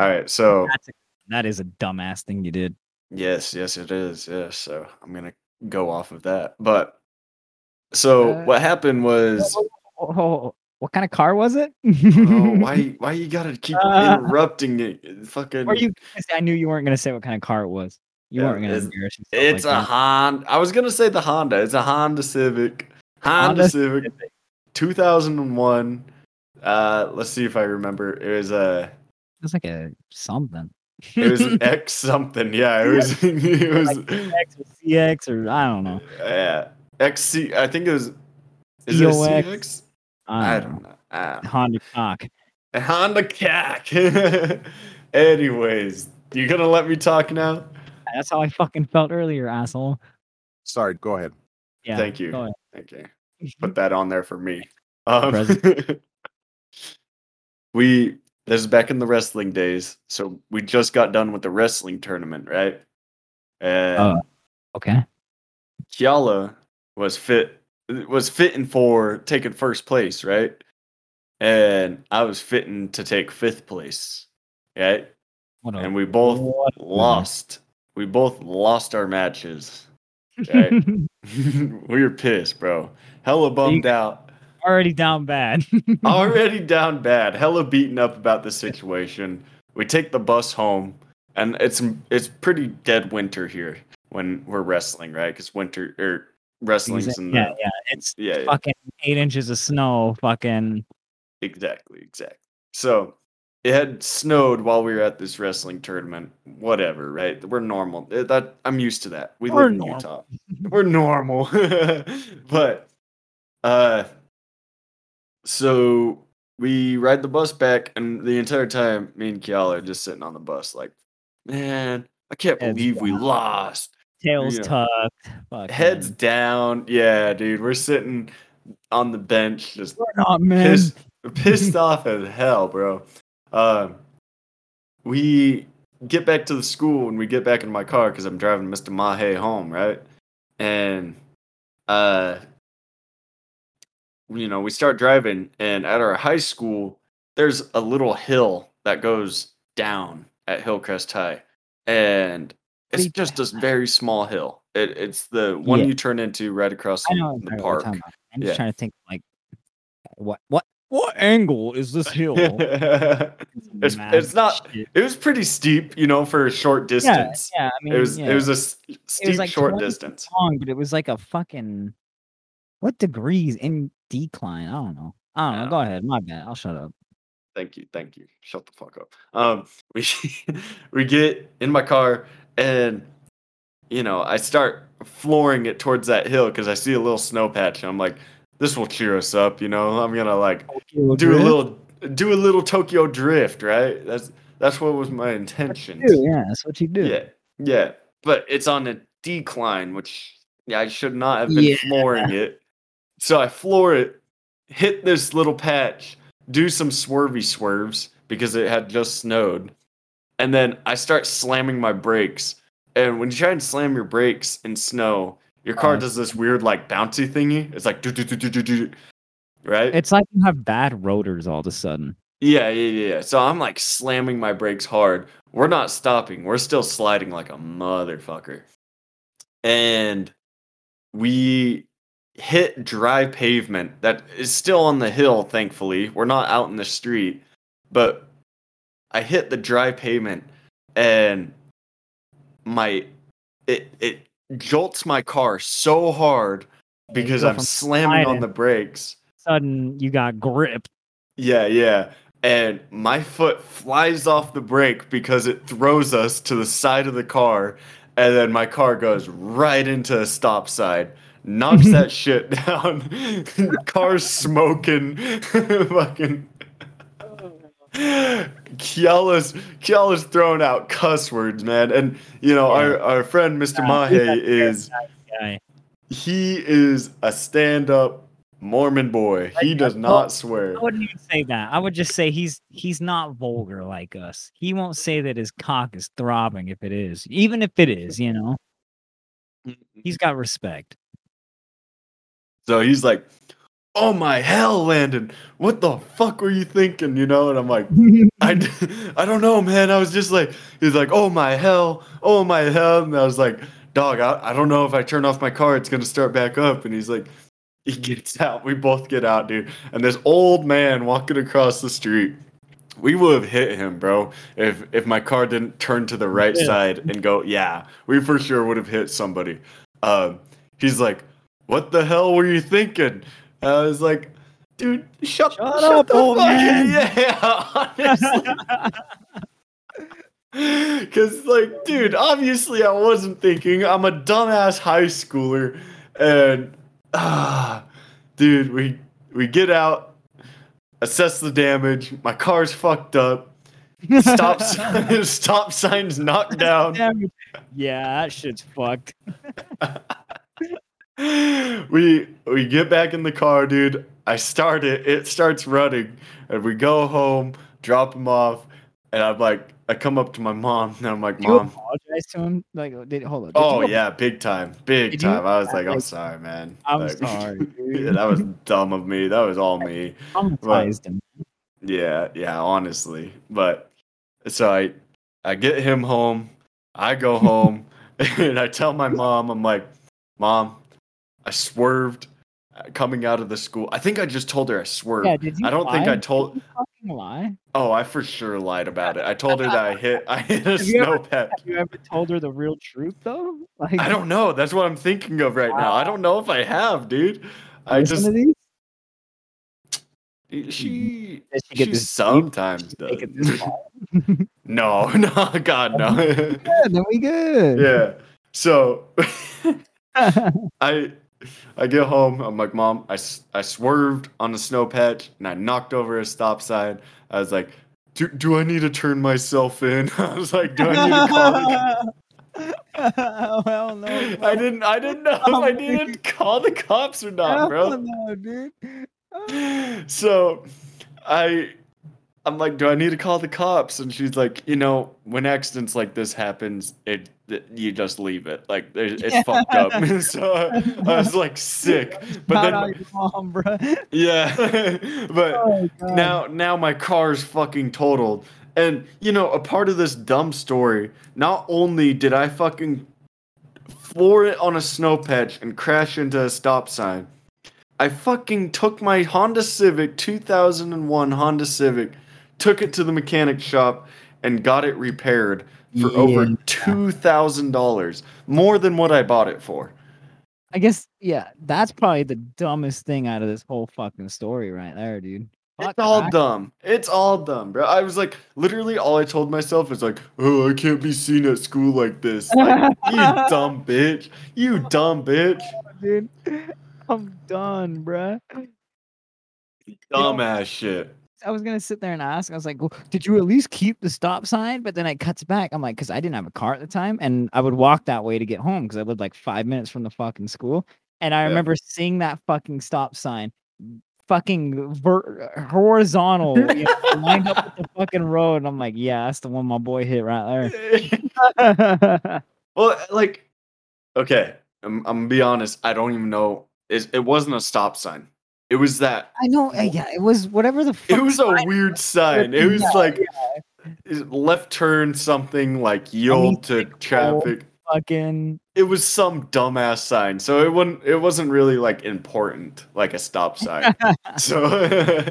C: All right, so
B: That's a, that is a dumbass thing you did.
C: Yes, yes, it is. Yes, so I'm gonna go off of that. But so
B: Uh,
C: what happened was,
B: Oh, what kind of car was it?
C: oh, why, why you gotta keep
B: Uh,
C: interrupting it? eh, Fucking,
B: Were you? gonna say- I knew you weren't gonna say what kind of car it was. You
C: Yeah,
B: weren't gonna
C: it's-
B: embarrass yourself.
C: it's a
B: like that.
C: Honda. I was gonna say the Honda. It's a Honda Civic. Honda,
B: Honda
C: Civic, 2001. Uh, let's see if I remember. It was a,
B: It's like a something.
C: it was an X something. Yeah, it was,
B: Oh
C: it was,
B: X or CX or I don't know.
C: yeah, XC. I think it was. Is it a
B: COX?
C: CX?
B: I
C: I
B: don't know.
C: don't know. I don't know.
B: Honda cock.
C: Honda cack. Anyways, you gonna let me talk now?
B: That's how I fucking felt earlier, asshole.
D: Sorry, go ahead.
B: Yeah.
C: Thank you.
B: go
C: Thank you.
B: ahead.
C: Put that on there for me. Um,
B: Present.
C: we this is back in the wrestling days, so we just got done with the wrestling tournament, right? And
B: Oh. okay.
C: Kiala was fit was fitting for taking first place, right? And I was fitting to take fifth place, right?
B: What a-
C: And we both
B: What?
C: lost. We both lost our matches. Okay. we were pissed, bro. Hella bummed out.
B: Already down bad.
C: Already down bad. Hella beaten up about the situation. We take the bus home, and it's it's pretty dead winter here when we're wrestling, right? Because winter or wrestling's in the
B: yeah, yeah. It's
C: yeah, yeah.
B: fucking eight inches of snow. Fucking.
C: Exactly, exactly. So it had snowed while we were at this wrestling tournament. Whatever, right? We're normal. Eh, That I'm used to that. We
B: We're
C: live in
B: normal.
C: Utah. We're normal. but uh so we ride the bus back and the entire time me and Kiala are just sitting on the bus like, man, I can't
B: Heads
C: believe we
B: down.
C: lost
B: Tails
C: Yeah.
B: tucked. Fuck.
C: heads down. Yeah, dude, we're sitting on the bench, just
B: We're not men.
C: pissed, pissed off as hell, bro. Um, we get back to the school and we get back in my car because I'm driving Mr. Mahe home, right? And uh, you know, we start driving, and at our high school, there's a little hill that goes down at Hillcrest High, and it's
B: Creep.
C: just a very small hill. It, it's the one
B: Yeah.
C: you turn into right across
B: I know. exactly
C: the
B: what you're
C: park.
B: talking about. I'm just
C: Yeah.
B: trying to think like, what what what angle is this hill?
C: It's-
B: Mad
C: it's not-
B: shit.
C: It was pretty steep, you know, for a short
B: Yeah,
C: distance.
B: yeah. I mean,
C: it was
B: yeah.
C: it was a s- steep
B: like
C: short
B: 20
C: distance.
B: long, but it was like a fucking what degrees in decline? I don't know. I don't know.
C: Yeah.
B: Go ahead. My bad. I'll shut up.
C: Thank you, thank you. Shut the fuck up. Um, we we get in my car and you know I start flooring it towards that hill because I see a little snow patch and I'm like, this will cheer us up, you know. I'm gonna like do a little do a little Tokyo drift, right? That's that's what was my intention.
B: Do, yeah, that's what you do.
C: Yeah, yeah, but it's on a decline, which yeah, I should not have been
B: Yeah.
C: flooring it. So I floor it, hit this little patch, do some swervy swerves because it had just snowed, and then I start slamming my brakes. And when you try and slam your brakes in snow, your car
B: Oh.
C: does this weird like bouncy thingy. It's like do do do do do do, right?
B: It's like you have bad rotors all of a sudden.
C: Yeah, yeah, yeah. yeah. So I'm like slamming my brakes hard. We're not stopping. We're still sliding like a motherfucker. And we hit dry pavement that is still on the hill, thankfully. We're not out in the street, but I hit the dry pavement and my it it jolts my car so hard because
B: go
C: I'm
B: from
C: slamming on
B: sliding.
C: the brakes.
B: Sudden, you got gripped.
C: Yeah, yeah. And my foot flies off the brake because it throws us to the side of the car. And then my car goes right into a stop sign, knocks that shit down. Car's smoking. Fucking. Kiala's, Kiala's throwing out cuss words, man. And, you know, our, our friend Mr.
B: Yeah, he's
C: Mahe
B: a
C: is,
B: guy.
C: he is a stand up Mormon boy. He
B: Like,
C: does
B: I-
C: not swear.
B: I wouldn't even say that. I would just say he's he's not vulgar like us. He won't say that his cock is throbbing if it is, even if it is. You know, he's got respect.
C: So he's like, "Oh my hell, Landon! What the fuck were you thinking?" You know, and I'm like, "I, d- I don't know, man. I was just like, he's like, oh my hell, oh my hell,' and I was like, dog, I, I don't know if I turn off my car, it's gonna start back up." And he's like, he gets out. We both get out, dude. And this old man walking across the street. We would have hit him, bro, if if my car didn't turn to the right
B: Yeah.
C: side and go. Yeah, we for sure would have hit somebody. Um, he's like, "What the hell were you thinking?" And I was like, "Dude, shut,
B: Shut up,
C: the
B: old
C: fuck-
B: man."
C: Yeah, honestly. Cause like, dude, obviously I wasn't thinking. I'm a dumbass high schooler, and ah, dude, we we get out, assess the damage. My car's fucked up. Stop, sign- stop signs knocked down.
B: Damn. yeah, that shit's fucked.
C: we we get back in the car, dude. I start it. It starts running, and we go home, drop him off, and I'm like, I come up to my mom, and I'm like,
B: Did you
C: Mom,
B: apologize to him? Like, did, hold on. did
C: oh
B: you
C: yeah, big time, big
B: Did you-
C: time. I was like, I'm
B: like,
C: sorry, man.
B: I'm
C: Like,
B: sorry,
C: yeah, that was dumb of me. That was all me.
B: Traumatized him.
C: Yeah, yeah, honestly. But so I I get him home, I go home, and I tell my mom, I'm like, Mom, I swerved uh, coming out of the school. I think I just told her I swerved.
B: Yeah, did you
C: I don't think I
B: lie?
C: told
B: Fucking lie.
C: oh, I for sure lied about it. I told her that I hit I hit a
B: Have you ever-
C: snowpack.
B: Have you ever told her the real truth though? Like,
C: I don't know. That's what I'm thinking of right now. I don't know if I have, dude. I
B: listen
C: just
B: to these?
C: she
B: Does she get
C: she
B: this?
C: sometimes does.
B: Take it this far?
C: No, no, God no.
B: Yeah, then we good.
C: yeah. So I I get home. I'm like, Mom, I, s- I swerved on a snow patch and I knocked over a stop sign. I was like, do, do I need to turn myself in? I was like, do I need to call? The-
B: Hell no.
C: I didn't I didn't know if I needed to call the cops or not, bro.
B: Hell no, dude.
C: so I I'm like, do I need to call the cops? And she's like, you know, when accidents like this happens, it, th- you just leave it. Like there's- it's fucked up. so I, I was like sick. But
B: Shout
C: then
B: out your mom, bro.
C: yeah. but
B: Oh, God.
C: now now my car's fucking totaled. And you know, a part of this dumb story, not only did I fucking floor it on a snow patch and crash into a stop sign, I fucking took my Honda Civic 2001 Honda Civic, took it to the mechanic shop and got it repaired for over
B: Yeah.
C: $2,000, more than what I bought it for.
B: I guess, yeah, that's probably the dumbest thing out of this whole fucking story right there, dude. Fuck
C: It's all
B: that.
C: dumb. It's all dumb, bro. I was like, literally, all I told myself is like, "Oh, I can't be seen at school like this." Like, you dumb bitch. You dumb bitch.
B: dude. I'm done, bruh.
C: Dumbass shit.
B: I was gonna sit there and ask. I was like, well, "Did you at least keep the stop sign?" But then it cuts back. I'm like, "Cause I didn't have a car at the time, and I would walk that way to get home because I lived like five minutes from the fucking school." And I
C: Yeah.
B: remember seeing that fucking stop sign, fucking ver- horizontal, you know, lined up with the fucking road. And I'm like, "Yeah, that's the one my boy hit right there."
C: well, like, okay, I'm, I'm gonna be honest. I don't even know. It, it wasn't a stop sign. It was that.
B: I know. uh, Yeah, it was whatever the fuck.
C: It was a weird sign. It was like is- left turn something like yield to
B: signal.
C: traffic.
B: fucking
C: it was some dumbass sign, so it wasn't it wasn't really like important, like a stop sign. so,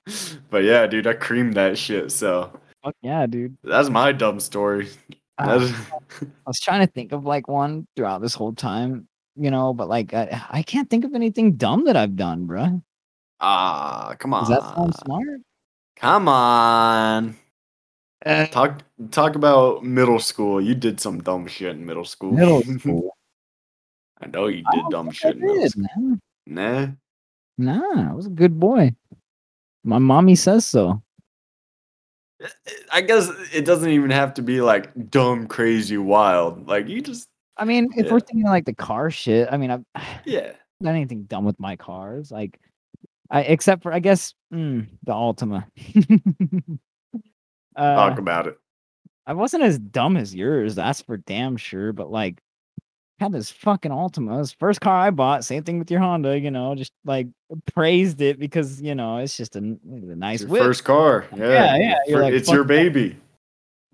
C: but yeah, dude, I creamed that shit. So
B: fuck yeah, dude.
C: that's my dumb story.
B: Uh,
C: That's-
B: I was trying to think of like one throughout this whole time, you know, but like I, I can't think of anything dumb that I've done, bruh.
C: Ah, come on,
B: Does that sound smart?
C: come on.
B: Uh,
C: Talk talk about middle school. You did some dumb shit in middle school.
B: middle school.
C: I know you
B: I
C: did
B: don't think Oh,
C: dumb
B: I
C: shit in middle
B: did,
C: school.
B: man.
C: Nah.
B: Nah, I was a good boy. My mommy says so.
C: I guess it doesn't even have to be like dumb, crazy, wild. Like you just
B: I mean, if
C: Yeah.
B: we're thinking like the car shit, I mean, I've
C: yeah.
B: done anything dumb with my cars, like I except for I guess mm, the Altima. uh,
C: Talk about it.
B: I wasn't as dumb as yours, that's for damn sure. But like, had this fucking Altima, it was the first car I bought. Same thing with your Honda, you know, just like praised it because you know it's just a, n- a nice
C: It's your
B: whip.
C: first car. Yeah.
B: Yeah, yeah, you're
C: Fir-
B: like,
C: it's
B: fuck
C: your
B: that.
C: baby.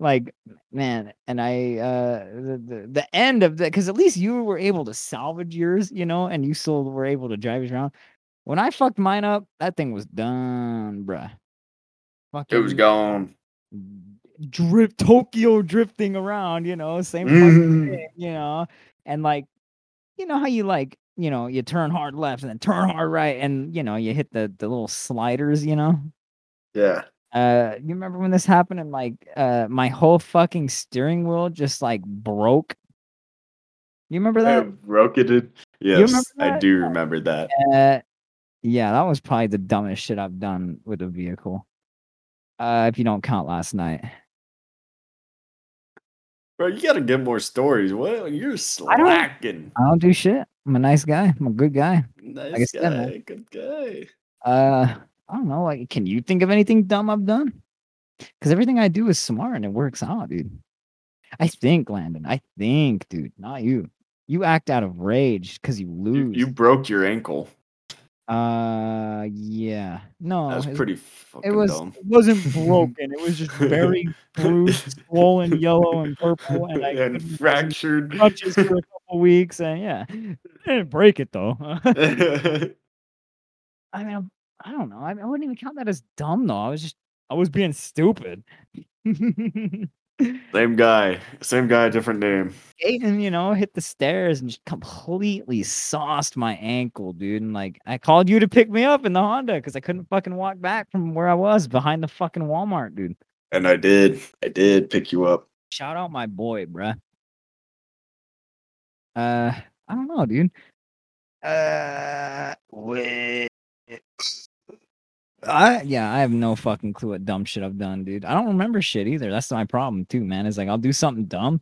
B: like man and i uh the the, the end of that because at least you were able to salvage yours you know and you still were able to drive yours around when i fucked mine up that thing was done bruh Fucking
C: gone.
B: drip tokyo drifting around you know same fucking
C: Mhm.
B: thing, you know and like you know how you like you know you turn hard left and then turn hard right and you know you hit the the little sliders you know
C: Yeah.
B: uh you remember when this happened and like uh my whole fucking steering wheel just like broke you remember that
C: Rocketed.
B: remember
C: Yes, I
B: that?
C: do remember that.
B: uh, yeah that was probably the dumbest shit i've done with a vehicle uh if you don't count last night
C: Bro, you gotta get more stories. What you're
B: don't-
C: slacking.
B: i don't do shit i'm a nice guy i'm a good guy
C: Nice
B: said, man.
C: guy. Good guy.
B: uh i don't know like can you think of anything dumb i've done because everything i do is smart and it works out dude i think landon i think dude not you you act out of rage because you lose
C: You, you broke your ankle.
B: Uh, yeah. No,
C: That's
B: Oh, it,
C: pretty fucking
B: it was
C: dumb.
B: it wasn't broken. it was just very bruised, swollen, yellow, and purple, and I
C: and
B: couldn't
C: fractured.
B: touch crutches for a couple weeks, and yeah, I didn't break it though. I mean, I'm- I don't know. I, mean, I wouldn't even count that as dumb though. I was just I was being stupid. Skating,
C: Same guy. Same guy, different name.
B: you know, hit the stairs and just completely sauced my ankle, dude. And like, I called you to pick me up in the Honda because I couldn't fucking walk back from where I was behind the fucking Walmart, dude.
C: And I did. I did pick you up.
B: Shout out my boy, bruh. Uh, I don't know, dude. Uh, wait. I yeah, I have no fucking clue what dumb shit I've done, dude. I don't remember shit either. That's my problem too, man. Is like I'll do something dumb,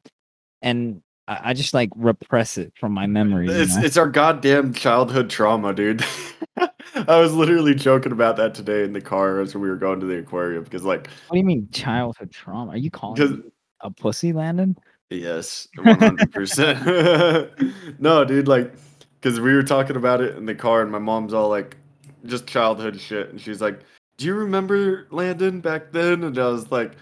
B: and I, I just like repress it from my memory. you
C: It's
B: know?
C: it's our goddamn childhood trauma, dude. I was literally joking about that today in the car as we were going to the aquarium because, like,
B: what do you mean childhood trauma? Are you calling
C: because
B: me a pussy, Landon?
C: yes, one hundred percent. No, dude, like, because we were talking about it in the car, and my mom's all like, just childhood shit, and she's like, "Do you remember Landon back then?" And I was like,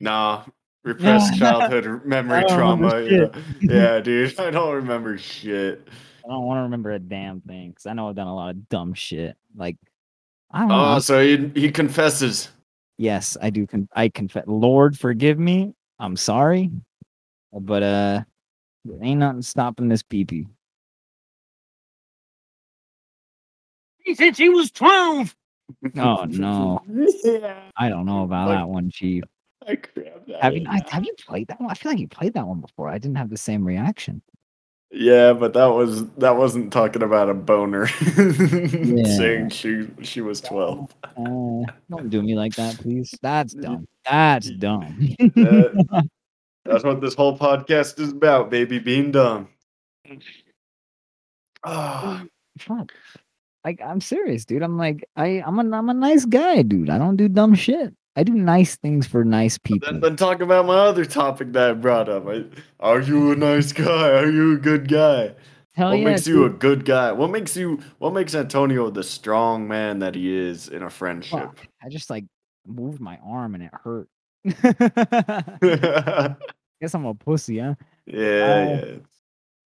C: "Nah." Repressed
B: Yeah.
C: childhood memory
B: I don't remember
C: trauma. you know? Yeah, dude. I don't remember shit.
B: I don't want to remember a damn thing because I know I've done a lot of dumb shit. Like, I don't know.
C: Oh, so he, he confesses.
B: yes, I do. Con- I confess. Lord, forgive me. I'm sorry, but uh, there ain't nothing stopping this peepee.
E: Since he was 12.
B: Oh no,
C: yeah.
B: I don't know about
C: Like-
B: that one, Chief.
C: I grabbed that.
B: Have you I, have you played that one? I feel like you played that one before. I didn't have the same reaction.
C: yeah, but that was that wasn't talking about a boner saying she she was twelve.
B: Uh, don't do me like that, please. That's dumb. That's dumb.
C: That- that's what this whole podcast is about, baby. Being dumb. Ah,
B: Fuck. Like I'm serious, dude. I'm like I I'm a I'm a nice guy, dude. I don't do dumb shit. I do nice things for nice people.
C: then, then talk about my other topic that I brought up. I, are you a nice guy? Are you a good guy?
B: Hell
C: what
B: Oh, yeah,
C: makes you a
B: dude.
C: good guy? What makes you? What makes Antonio the strong man that he is in a friendship?
B: Fuck. I just like Uh, moved my arm and it hurt. Guess I'm a pussy, huh?
C: Yeah, yeah.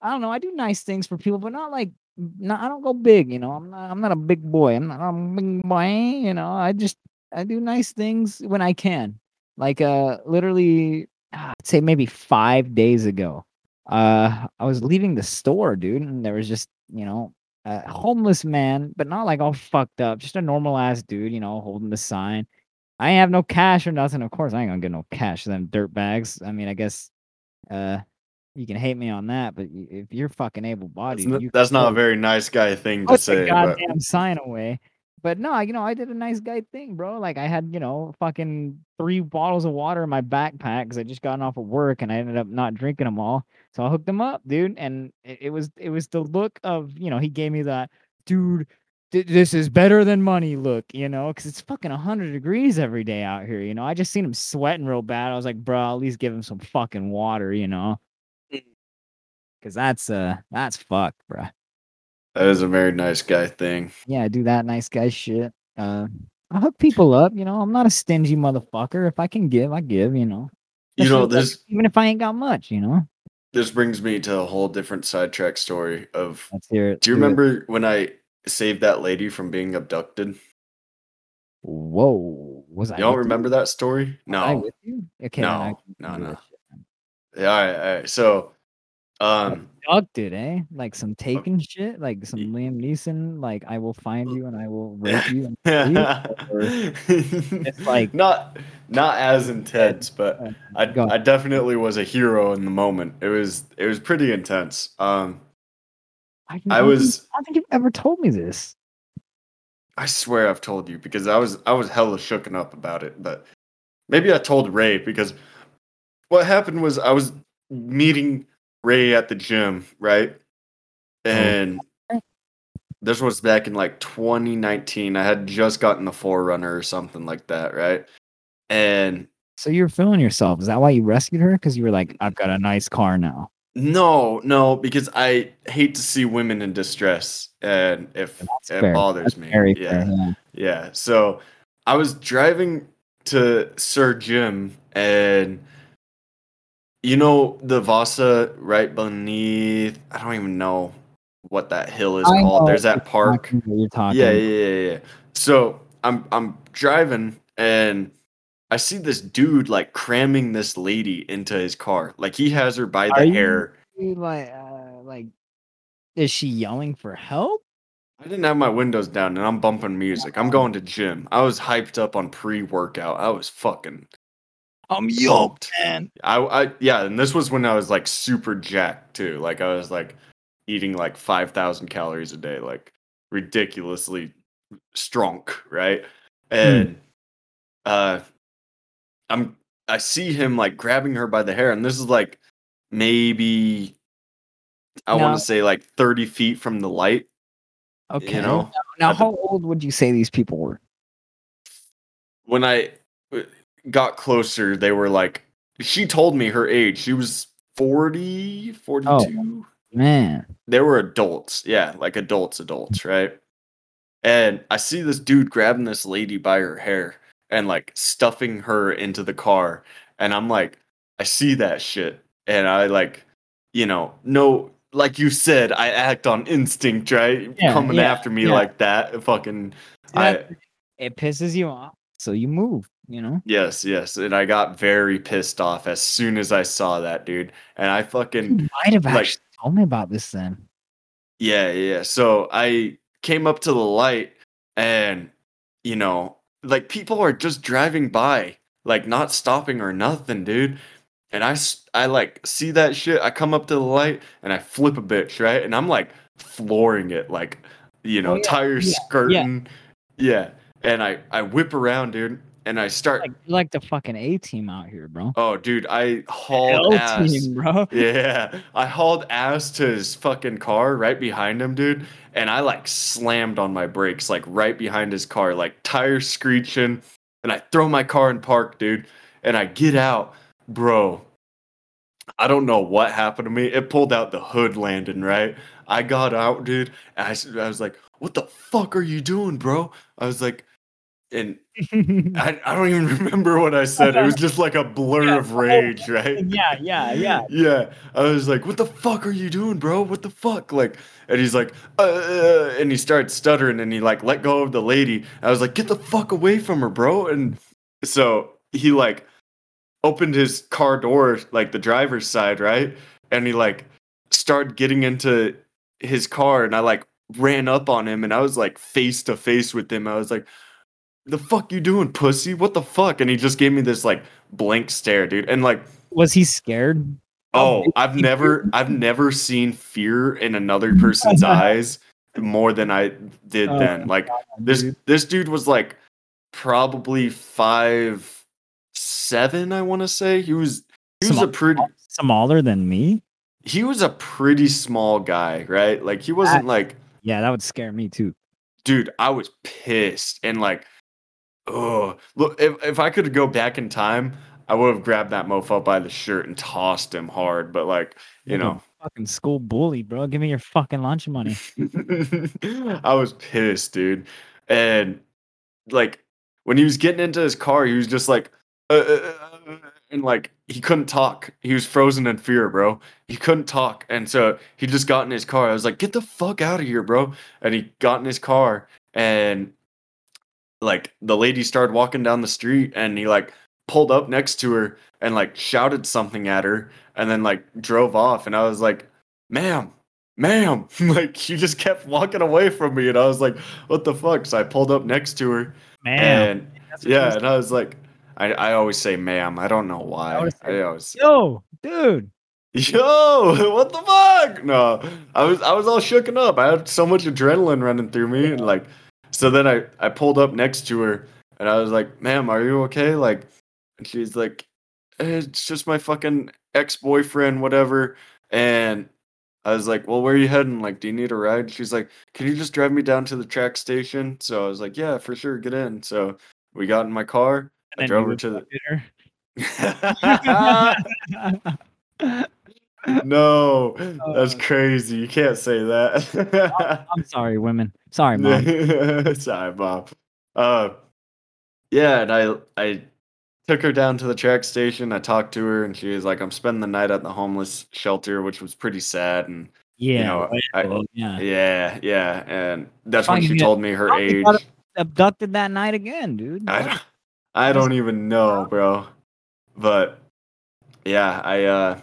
B: I don't know. I do nice things for people, but not like not, I don't go big. You know, I'm not. I'm not a big boy. I'm not I'm a big boy. You know, I just I do nice things when I can. Like uh, literally, ah, I'd say maybe five days ago, uh, I was leaving the store, dude, and there was just you know a homeless man, but not like all fucked up, just a normal ass dude, you know, holding the sign. I ain't have no cash or nothing. Of course, I ain't gonna get no cash to them dirt bags. I mean, I guess, uh, you can hate me on that, but y- if you're fucking able
C: That's,
B: bodied,
C: n- that's not a very nice guy thing to
B: put the
C: say. but-
B: goddamn sign away. But no, you know, I did a nice guy thing, bro. Like I had, you know, fucking three bottles of water in my backpack because I just gotten off of work and I ended up not drinking them all. So I hooked them up, dude. And it, it was it was the look of, you know, he gave me that, dude. th- This is better than money. Look, you know, because it's fucking 100 degrees every day out here. You know, I just seen him sweating real bad. I was like, bro, at least give him some fucking water, you know,
C: Mm.
B: because that's uh, that's fucked, bro.
C: that is a very nice guy thing.
B: yeah, I do that nice guy shit. Uh, I hook people up, you know. I'm not a stingy motherfucker. If I can give, I give, you know.
C: You
B: Especially,
C: know,
B: like,
C: this
B: even if I ain't got much, you know.
C: this brings me to a whole different sidetrack story of
B: Let's hear it.
C: Do you
B: Do it.
C: remember when I saved that lady from being abducted?
B: Whoa, was I?
C: Y'all
B: with you?
C: remember that story?
B: Was I
C: No.
B: with you? Okay, then I
C: No,
B: can
C: no,
B: do
C: no.
B: that shit.
C: Yeah, all right, all right. So, um,
B: Abducted, eh? Like some taken shit, like some
C: Oh. y- Oh.
B: Liam Neeson, like I will find you and I will
C: Yeah.
B: rape you. and
C: it's
B: like-
C: not not as intense, but
B: Uh,
C: I
B: go
C: I definitely was a hero in the moment. It was it was pretty intense. Um,
B: I, don't
C: I
B: think-
C: was
B: I don't think you've ever told me this.
C: I swear I've told you because I was I was hella shooken up about it, but maybe I told Ray because what happened was I was meeting Ray at the gym, right?
B: Mm-hmm.
C: And this was back in like 2019. I had just gotten the Forerunner or something like that, right? And
B: So you're feeling yourself. Is that why you rescued her? Because you were like, I've got a nice car now.
C: no, no, because I hate to see women in distress, and if
B: That's
C: it
B: fair.
C: bothers
B: That's
C: me,
B: very
C: yeah.
B: fair. Yeah.
C: Yeah. So I was driving to Sir Jim and you know the Vasa right beneath I don't even know what that hill is
B: I
C: called.
B: know
C: There's that
B: what
C: park.
B: Talking, what you're talking.
C: Yeah, yeah, yeah, yeah. So I'm I'm driving and I see this dude like cramming this lady into his car. Like he has her by
B: Are
C: the
B: you-
C: hair.
B: You, Like, uh, like, is she yelling for help?
C: I didn't have my windows down and I'm bumping music. I'm going to gym. I was hyped up on pre-workout. I was fucking Um,
B: I'm man.
C: I, I yeah, and this was when I was like super jacked too. Like I was like eating like five thousand calories a day, like ridiculously strong, right? And uh, I'm I see him like grabbing her by the hair, and this is like maybe I
B: No.
C: want to say like thirty feet from the light.
B: Okay.
C: You know,
B: now,
C: at the-
B: how old would you say these people were?
C: when I uh, got closer, they were like, she told me her age. She was 40, 42.
B: Oh. Man,
C: They were adults. Yeah, like adults, adults, right? And I see this dude grabbing this lady by her hair and like stuffing her into the car. And I'm like, I see that shit. And I like, you know, no, like you said, I act on instinct, right?
B: Yeah,
C: Coming
B: yeah,
C: after me
B: yeah.
C: like that. Fucking, I,
B: it pisses you off, so you move. You know,
C: Yes, yes. And I got very pissed off as soon as I saw that, dude. And I
B: you
C: fucking,
B: might have
C: Mm. like-
B: actually told me about this then.
C: yeah, yeah. So I came up to the light and, you know, like people are just driving by, like not stopping or nothing, dude. And I, s- I like see that shit. I come up to the light and I flip a bitch, right? And I'm like flooring it, like, you know,
B: Oh, yeah,
C: tire
B: yeah,
C: skirting. Yeah. And I, I whip around, dude. And I start,
B: Like, you're like the fucking A team out here, bro.
C: oh, dude, I
B: L
C: hauled ass.
B: team, bro.
C: Yeah, I hauled ass to his fucking car right behind him, dude, and I like slammed on my brakes like right behind his car, like tires screeching, and I throw my car in park, dude, and I get out, bro. I don't know what happened to me. It pulled out the hood landing, right? I got out, dude, and I, s- I was like, "What the fuck are you doing, bro?" I was like, and I, I don't even remember what I said. It was just like a blur of rage, right?
B: yeah, yeah, yeah.
C: Yeah. I was like, what the fuck are you doing, bro? What the fuck? Like, and he's like, uh, uh, and he starts stuttering and he like let go of the lady. I was like, get the fuck away from her, bro. And so he like opened his car door, like the driver's side, right? And he like started getting into his car and I like ran up on him and I was like face to face with him. I was like, the fuck you doing, pussy? What the fuck? And he just gave me this like blank stare, dude. And like,
B: Was he scared?
C: Oh, I've never I've never seen fear in another person's eyes more than I did
B: Oh,
C: then. Like this
B: dude.
C: this dude was like probably five seven, I wanna say. He was he was a
B: Small.
C: pretty
B: Smaller than me?
C: he was a pretty small guy, right? Like he wasn't like
B: Yeah, that would scare me too.
C: dude, I was pissed and like, oh, look, if, if I could go back in time, I would have grabbed that mofo by the shirt and tossed him hard. But like, you
B: You're
C: know,
B: a fucking school bully, bro. Give me your fucking lunch money.
C: I was pissed, dude. And like when he was getting into his car, he was just like, uh, uh, uh, uh," and like he couldn't talk. He was frozen in fear, bro. He couldn't talk, and so he just got in his car. I was like, "Get the fuck out of here, bro!" And he got in his car, and like the lady started walking down the street, and he like pulled up next to her and like shouted something at her, and then like drove off. And I was like, "Ma'am, ma'am like she just kept walking away from me and i was like what the fuck so i pulled up next to her
B: Man.
C: and yeah and i was like I, I always say ma'am i don't know why
B: would've
C: I always
B: Yo, dude.
C: yo what the fuck no i was i was all shooken up i had so much adrenaline running through me and like so then i i pulled up next to her and i was like ma'am are you okay like and she's like "Eh, it's just my fucking ex-boyfriend whatever and i was like well where are you heading like do you need a ride she's like can you just drive me down to the track station so i was like yeah for sure get in so we got in my car I drove her to the no, that's
B: Uh,
C: crazy. You can't say that.
B: I'm sorry, women. Sorry, mom.
C: Sorry, mom. Uh, yeah, and I I took her down to the track station. I talked to her, and she was like, "I'm spending the night at the homeless shelter," which was pretty sad. And
B: Yeah.
C: you know, I-
B: well, Oh, yeah.
C: yeah, yeah, and that's when
B: Fucking
C: she
B: yeah.
C: told me her
B: Fucking
C: age.
B: got Abducted that night again, dude.
C: I don't, I don't even know, bro. But yeah, I uh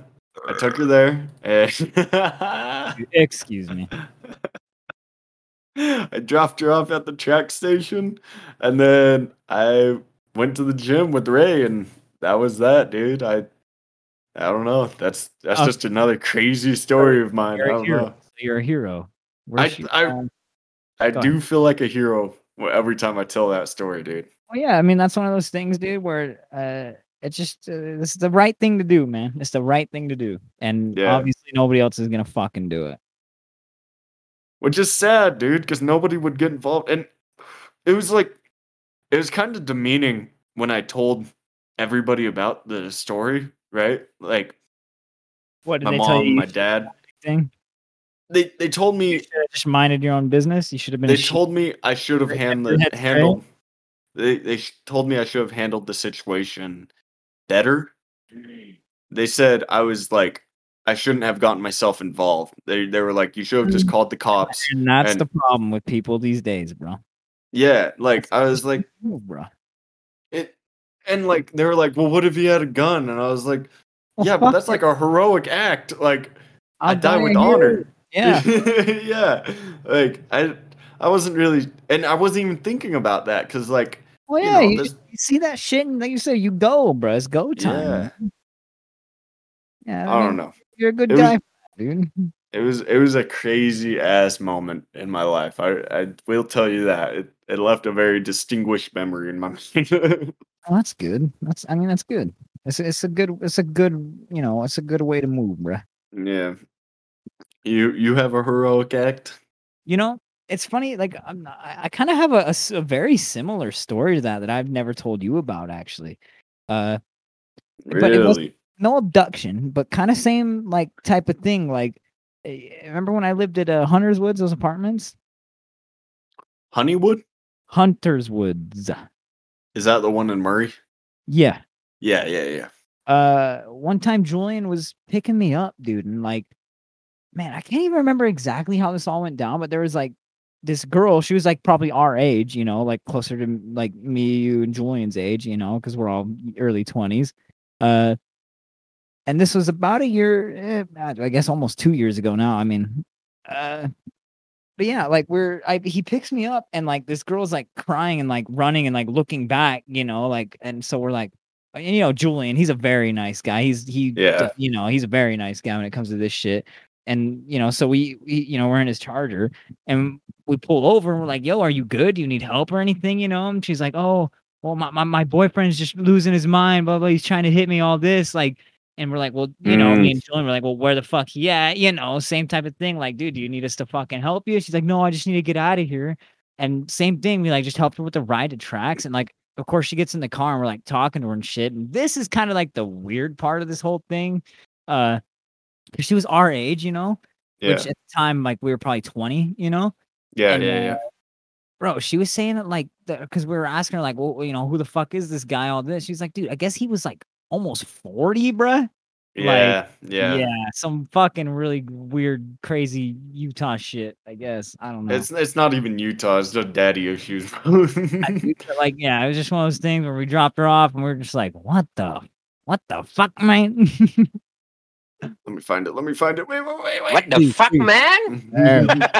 C: I took her there and
B: Excuse me.
C: I dropped her off at the track station, and then I went to the gym with Ray, and that was that, dude. I, I don't know. That's that's
B: Oh.
C: just another crazy story of mine.
B: You're
C: I
B: a
C: don't know.
B: hero. You're a hero.
C: I-
B: she
C: I-
B: from?
C: I
B: Go
C: do feel like a hero every time I tell that story, dude.
B: Well, yeah, I mean that's one of those things, dude, where uh, it's just uh, it's the right thing to do, man. It's the right thing to do, and
C: Yeah.
B: obviously nobody else is gonna fucking do it.
C: Which is sad, dude, because nobody would get involved, and it was like, it was kind of demeaning when I told everybody about the story, right? Like
B: What did
C: my
B: they tell
C: mom,
B: you?
C: my dad.
B: Thing?
C: They they told
B: You
C: me
B: should have just minded your own business. You should have been.
C: they
B: a shit-
C: told me I should have
B: Right,
C: handled
B: that's right.
C: handled. They they sh- told me I should have handled the situation better. They said I was like I shouldn't have gotten myself involved. They they were like you should have
B: Mm.
C: just called the cops.
B: and that's
C: and-
B: the problem with people these days, bro.
C: Yeah, like I was like
B: Oh, bro.
C: it, and like they were like, well, what if he had a gun? And I was like, yeah, but that's like a heroic act. Like I
B: I'll
C: die
B: die
C: with
B: here.
C: honor.
B: Yeah.
C: yeah. Like I I wasn't really and I wasn't even thinking about that cuz like
B: Well,
C: You
B: yeah.
C: know,
B: You,
C: this-
B: you see that shit, and like you said, you go, bro. It's go time.
C: Yeah.
B: man. Yeah.
C: I
B: mean,
C: don't know.
B: You're a good
C: It was-
B: guy, for that, dude.
C: It was it was a crazy ass moment in my life. I I will tell you that. It it left a very distinguished memory in my mind.
B: Well, that's good. That's I mean that's good. It's it's a good it's a good you know it's a good way to move, bruh.
C: yeah. You you have a heroic act?
B: You know it's funny like I'm not, I, I kind of have a, a s- a very similar story to that that I've never told you about actually. Uh, But it was-
C: Really?
B: no abduction, but kind of same like type of thing. Like eh, remember when I lived at uh, Hunter's Woods those apartments?
C: Honeywood?
B: Hunter's Woods.
C: Is that the one in Murray?
B: Yeah.
C: Yeah, yeah, yeah.
B: Uh, one time Julian was picking me up, dude, and like, man, I can't even remember exactly how this all went down, but there was like this girl. She was like probably our age, you know, like closer to like me, you, and Julian's age, you know, because we're all early twenties. Uh, and this was about a year, eh, I guess, almost two years ago now. I mean, uh, but yeah, like we're I he picks me up and like this girl's like crying and like running and like looking back, you know, like and so we're like and, you know, Julian, he's a very nice guy. He's he
C: Yeah.
B: you know, he's a very nice guy when it comes to this shit. And you know, so we, we you know, we're in his charger and we pull over and we're like, yo, are you good? Do you need help or anything? You know? And she's like, Oh, well, my, my, my boyfriend's just losing his mind, blah blah, he's trying to hit me all this, like and we're like, well, you know,
C: Mm.
B: me and Julian were like, well, where the fuck? Yeah, you know, same type of thing. Like, dude, do you need us to fucking help you? She's like, no, I just need to get out of here. And same thing, we like just helped her with the ride to tracks. And like, of course, she gets in the car and we're like talking to her and shit. And this is kind of like the weird part of this whole thing. Uh, 'cause she was our age, you know,
C: Yeah.
B: which at the time, like, we were probably 20, you know?
C: yeah,
B: and,
C: yeah, yeah.
B: Bro, she was saying that like because we were asking her like, well, you know, who the fuck is this guy? All this, she's like, dude, I guess he was like almost forty, bruh.
C: Yeah, yeah.
B: some fucking really weird, crazy Utah shit. I guess I don't know.
C: It's it's not even Utah, it's just daddy issues. bro.
B: But, like yeah, it was just one of those things where we dropped her off and we are just like, what the, what the fuck, man?
C: Let me find it. Let me find it. Wait, wait, wait, Mm-hmm. wait.
E: What the
B: Please,
E: fuck,
B: please.
E: man?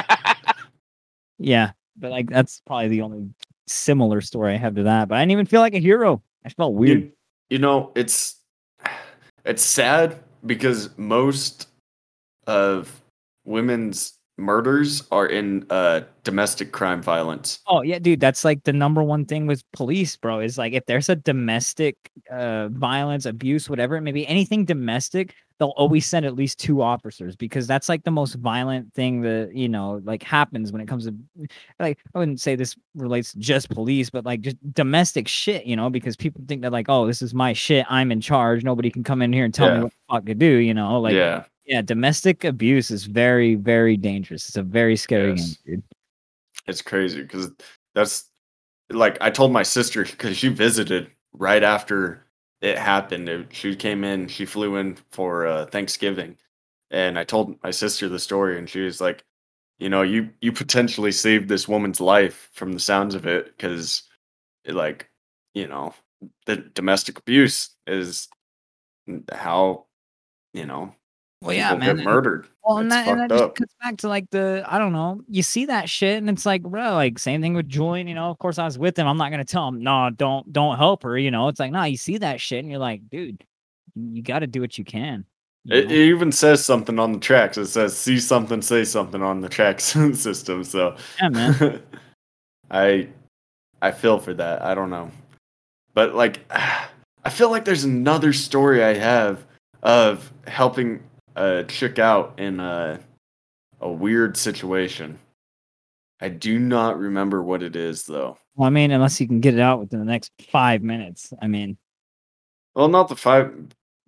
B: yeah, but like that's probably the only similar story I have to that. But I didn't even feel like a hero. I felt weird.
C: You, you know, it's it's sad because most of women's murders are in uh domestic crime violence.
B: Oh yeah, dude, that's like the number one thing with police, bro. Is like if there's a domestic uh violence, abuse, whatever it may be, anything domestic, they'll always send at least two officers because that's like the most violent thing that you know like happens when it comes to like I wouldn't say this relates to just police, but like just domestic shit, you know, because people think that like, oh, this is my shit, I'm in charge, nobody can come in here and tell
C: Yeah.
B: me what the fuck to do, you know. Like yeah.
C: yeah.
B: domestic abuse is very, very dangerous. It's a very scary
C: Yes.
B: game, dude.
C: It's crazy because that's like I told my sister because she visited right after it happened. It- She came in, she flew in for uh, Thanksgiving, and I told my sister the story, and she was like, "You know, you you potentially saved this woman's life from the sounds of it because, like, you know, the domestic abuse is mm, how, you know,
B: Well, yeah,
C: people
B: man.
C: get
B: and-
C: murdered.
B: Well, and
C: It's
B: that, and that
C: fucked
B: just
C: up.
B: cuts back to like the I don't know. You see that shit, and it's like, bro, like same thing with Julian. You know, of course I was with him. I'm not gonna tell him, no, don't don't help her. You know, it's like, nah, you see that shit, and you're like, dude, you got to do what you can. you
C: It,
B: know?
C: it even says something on the tracks. It says "see something, say something" on the tracks system. So
B: yeah, man.
C: I I feel for that. I don't know. But like I feel like there's another story I have of helping a chick out in a a weird situation. I do not remember what it is though.
B: Well, I mean, unless you can get it out within the next five minutes. I mean,
C: Well, not the five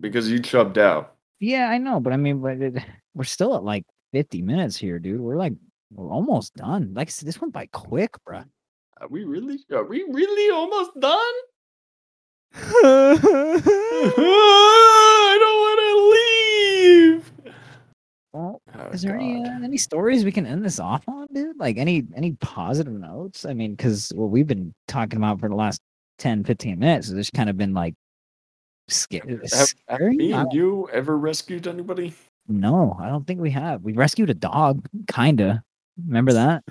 C: because you chubbed out.
B: yeah, I know, but I mean, but it, we're still at like 50 minutes here, dude. We're like, we're almost done. Like I said, this went by quick, bro.
C: Are Uh, we really? Are we really almost done? I don't want to leave.
B: Well,
C: Oh,
B: Is there any
C: God.
B: uh, any stories we can end this off on, dude? Like any any positive notes? I mean, because what we've been talking about for the last 10, 15 minutes has just kind of been like sca- uh,
C: have, have
B: scary.
C: me
B: I
C: and you ever rescued anybody?
B: don't- no, I don't think we have. We rescued a dog, kinda. Remember that?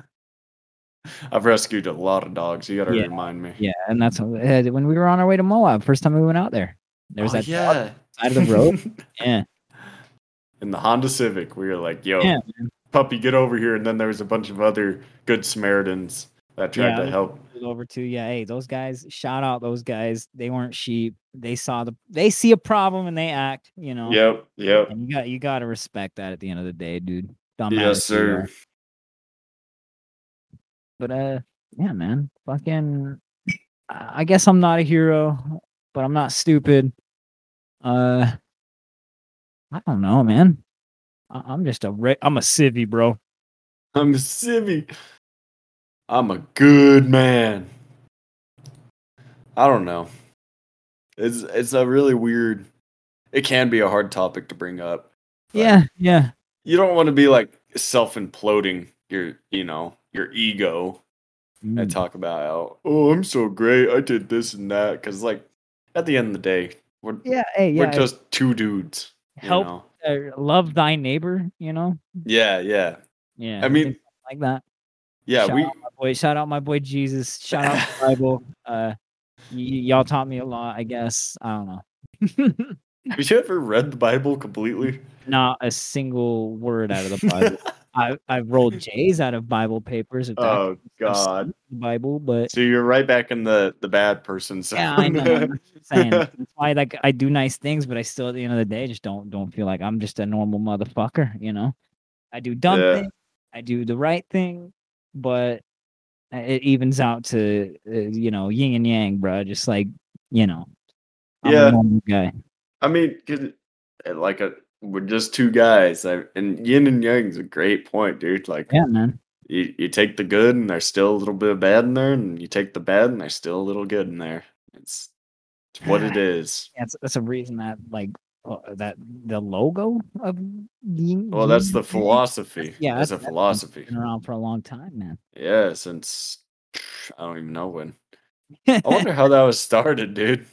C: I've rescued a lot of dogs. You gotta
B: Yeah.
C: remind me.
B: Yeah, and that's what- uh, when we were on our way to Moab. First time we went out there. There's
C: Oh,
B: that dog
C: yeah.
B: side of the road. yeah,
C: In the Honda Civic, we were like, "Yo,
B: Yeah,
C: puppy, get over here!" And then there was a bunch of other good Samaritans that tried
B: Yeah.
C: to help.
B: pulled over to yeah. Hey, those guys. Shout out those guys. They weren't sheep. They saw the they see a problem and they act. You know.
C: Yep, yep.
B: And you got you got to respect that at the end of the day, dude. Dumbass
C: Yes,
B: you
C: sir.
B: are. But uh, yeah, man, fucking. I I guess I'm not a hero, but I'm not stupid. Uh, I don't know, man. I- I'm just a re- I'm a civvy, bro.
C: I'm a civvy. I'm a good man. I don't know. It's it's a really weird. It can be a hard topic to bring up.
B: Yeah, yeah.
C: You don't want to be like self imploding your you know your ego and
B: Mm.
C: talk about how, oh I'm so great I did this and that because like at the end of the day we're
B: Yeah, hey, yeah.
C: we're just two dudes. You
B: help,
C: know?
B: uh, love thy neighbor. You know.
C: Yeah, yeah,
B: Yeah.
C: I mean-
B: think something like that.
C: yeah.
B: Shout
C: we
B: out my boy, shout out my boy Jesus. Shout out the Bible. Uh, y- y'all taught me a lot, I guess. I don't know.
C: Have you ever read the Bible completely?
B: Not a single word out of the Bible. I I've rolled J's out of Bible papers. if that
C: oh
B: makes sense,
C: God!
B: the Bible, but
C: So you're right back in the the bad person zone.
B: yeah, I know. I'm just saying that's why like I do nice things, but I still at the end of the day just don't don't feel like I'm just a normal motherfucker. You know, I do dumb
C: Yeah.
B: things, I do the right thing, but it evens out to uh, you know yin and yang, bro. Just like you know, I'm a
C: Yeah.
B: normal guy.
C: I mean, 'cause, uh, like a we're just two guys, I, and yin and yang's a great point, dude. Like
B: Yeah, man.
C: you, you take the good, and there's still a little bit of bad in there, and you take the bad, and there's still a little good in there. It's, it's what it is.
B: That's that's a reason that like uh, that the logo of yin.
C: Well,
B: yin
C: that's the
B: and yang
C: philosophy.
B: yeah, that's-
C: that's a
B: that's-
C: philosophy.
B: Been around for a long time, man.
C: Yeah, since I don't even know when. I wonder how that was started, dude.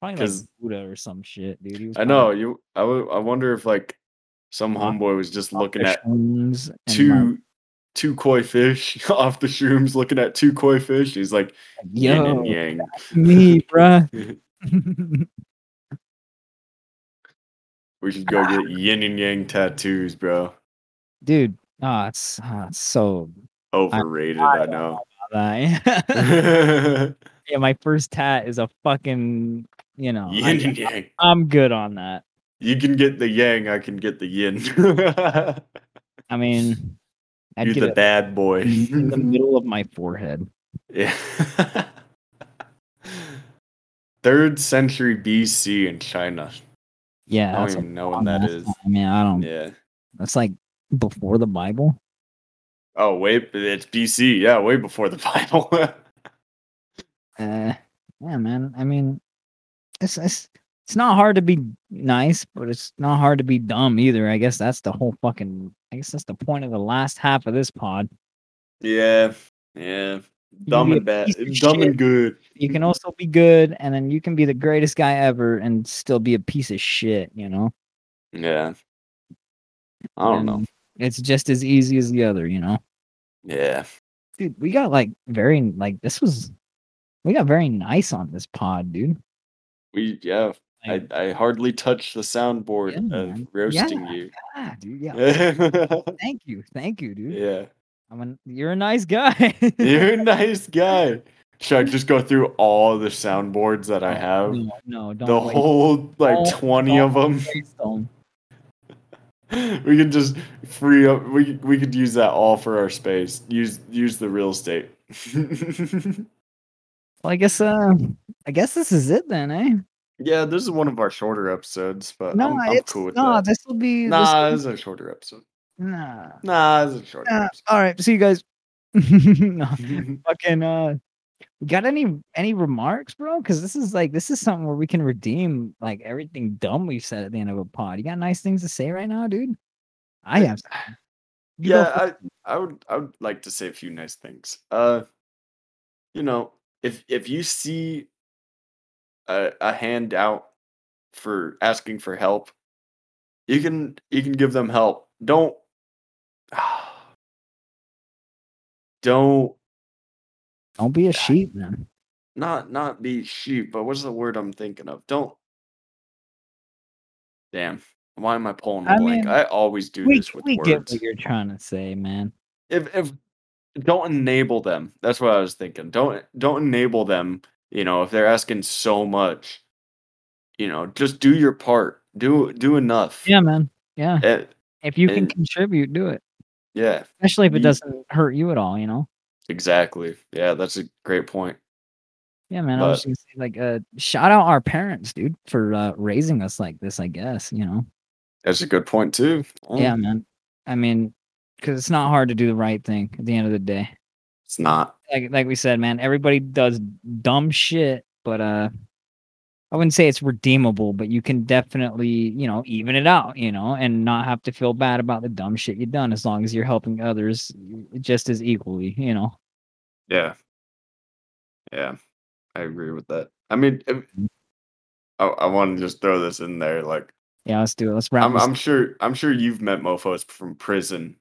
B: Probably like
C: 'Cause-
B: Buddha or some shit, dude. He was
C: I
B: probably
C: know you. I wo- I wonder if like some
B: Huh?
C: homeboy was just
B: off
C: looking
B: their
C: at
B: shrooms and, like,
C: two two koi fish off the shrooms, looking at two koi fish. He's like yin
B: Yo,
C: and yang.
B: me, bruh.
C: We should go get yin and yang tattoos, bro.
B: dude. Ah, it's, ah, it's so
C: Overrated, I,
B: that.
C: know.
B: yeah, my first tat is a fucking, you know, Oh, I,
C: yin and yang.
B: am good on that.
C: You can get the yang. I can get the yin.
B: I mean, I'd
C: You're
B: get
C: the
B: it Mm.
C: bad boy.
B: in the middle of my forehead.
C: Yeah. Third century BC in China.
B: Yeah,
C: I don't
B: that's like
C: even know
B: long
C: when that
B: ass
C: is.
B: time, man. I don't.
C: Yeah.
B: That's like before the Bible.
C: Oh, wait, it's BC. Yeah, way before the Bible.
B: uh yeah man i mean it's, it's it's not hard to be nice but it's not hard to be dumb either i guess that's the whole fucking i guess that's the point of the last half of this pod
C: yeah. Yeah.
B: be
C: Dumb
B: a
C: and bad.
B: piece of
C: Dumb
B: shit.
C: and good.
B: you can also be good and then you can be the greatest guy ever and still be a piece of shit you know
C: Yeah. I don't know.
B: And it's just as easy as the other you know
C: Yeah.
B: dude we got like very like this was we got very nice on this pod dude
C: We yeah. I,
B: Like,
C: I hardly touched the soundboard
B: Yeah,
C: of
B: man.
C: roasting
B: Yeah.
C: you.
B: ah, dude yeah
C: Yeah.
B: thank you thank you dude i'm an, you're a nice guy
C: You're a nice guy. Should I just go through all the soundboards that I have?
B: Oh, No, no, don't
C: the
B: waste-
C: whole
B: Don't-
C: like 20 of
B: don't
C: them
B: waste them.
C: we could just free up we we could use that all for our space use use the real estate
B: Well, I guess uh, I guess this is it then, eh?
C: yeah this is one of our shorter episodes but
B: No,
C: i'm, I'm
B: it's
C: cool with
B: no.
C: that
B: This will be this
C: nah
B: will-
C: this is a shorter episode
B: nah.
C: nah this is a shorter
B: Nah,
C: episode
B: All right, see you guys. No,
C: Mhm.
B: fucking uh, got any any remarks, bro? Because this is like this is something where we can redeem like everything dumb we've said at the end of a pod. You got nice things to say right now, dude. I have. some. You go
C: yeah
B: first.
C: i i would i would like to say a few nice things uh you know if if you see a, a hand out for asking for help you can you can give them help don't don't
B: don't be a sheep, man.
C: not not be sheep but what's the word i'm thinking of don't damn why am i pulling a
B: I
C: blank
B: mean,
C: i always do
B: We,
C: this with
B: we
C: words
B: get what you're trying to say, man.
C: if if don't enable them. That's what I was thinking. Don't don't enable them. You know, if they're asking so much, you know, just do your part. Do do enough.
B: Yeah, man. Yeah.
C: Eh,
B: If you can
C: and-
B: contribute, do it.
C: yeah.
B: especially if it
C: You-
B: doesn't hurt you at all you know
C: Exactly. Yeah, that's a great point.
B: yeah man i was just gonna say like uh shout out our parents dude for uh raising us like this i guess you know
C: That's a good point too. um,
B: yeah man i mean because it's not hard to do the right thing at the end of the day
C: It's not.
B: like like we said man everybody does dumb shit but uh, I wouldn't say it's redeemable, but you can definitely, you know, even it out, you know, and not have to feel bad about the dumb shit you've done as long as you're helping others just as equally, you know.
C: Yeah. Yeah. I agree with that. I mean, if-
B: Mm-hmm.
C: I, I want to just throw this in there. Like,
B: Yeah, let's do it. Let's wrap.
C: I'm,
B: this-
C: I'm sure, I'm sure you've met mofos from prison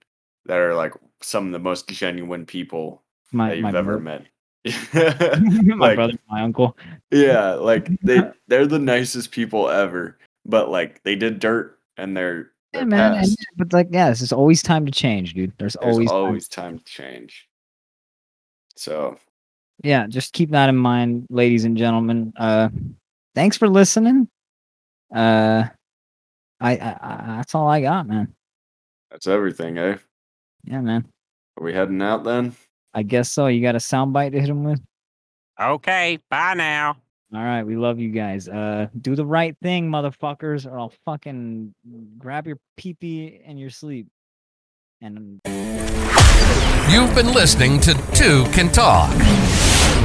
C: that are like some of the most genuine people
B: my
C: that you've
B: my,
C: ever
B: bro-
C: met.
B: my
C: like-
B: brother, my uncle.
C: Yeah, like they they're the nicest people ever, but like they did dirt and they're
B: Yeah,
C: they're
B: man. and-
C: past.
B: but like, yeah, this is always time to change, dude. There's,
C: There's
B: always,
C: always,
B: time-
C: time to change. So
B: yeah. Just keep that in mind, ladies and gentlemen. Uh, thanks for listening. Uh, I, I, I that's all I got, man.
C: that's everything, eh?
B: Yeah, man.
C: Are we heading out then?
B: I guess so. You got a soundbite to hit him with.
E: Okay, bye now.
B: All right, we love you guys. Uh, do the right thing, motherfuckers, or I'll fucking grab your pee pee in your sleep. And
A: You've been listening to Two Can Talk.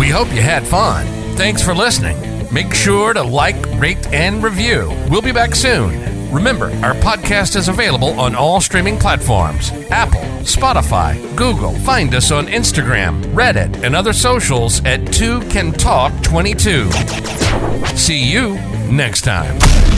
A: We hope you had fun. Thanks for listening. Make sure to like, rate, and review. We'll be back soon. Remember, our podcast is available on all streaming platforms Apple, Spotify, Google. Find us on Instagram, Reddit, and other socials at 2 Can Talk 22. See you next time.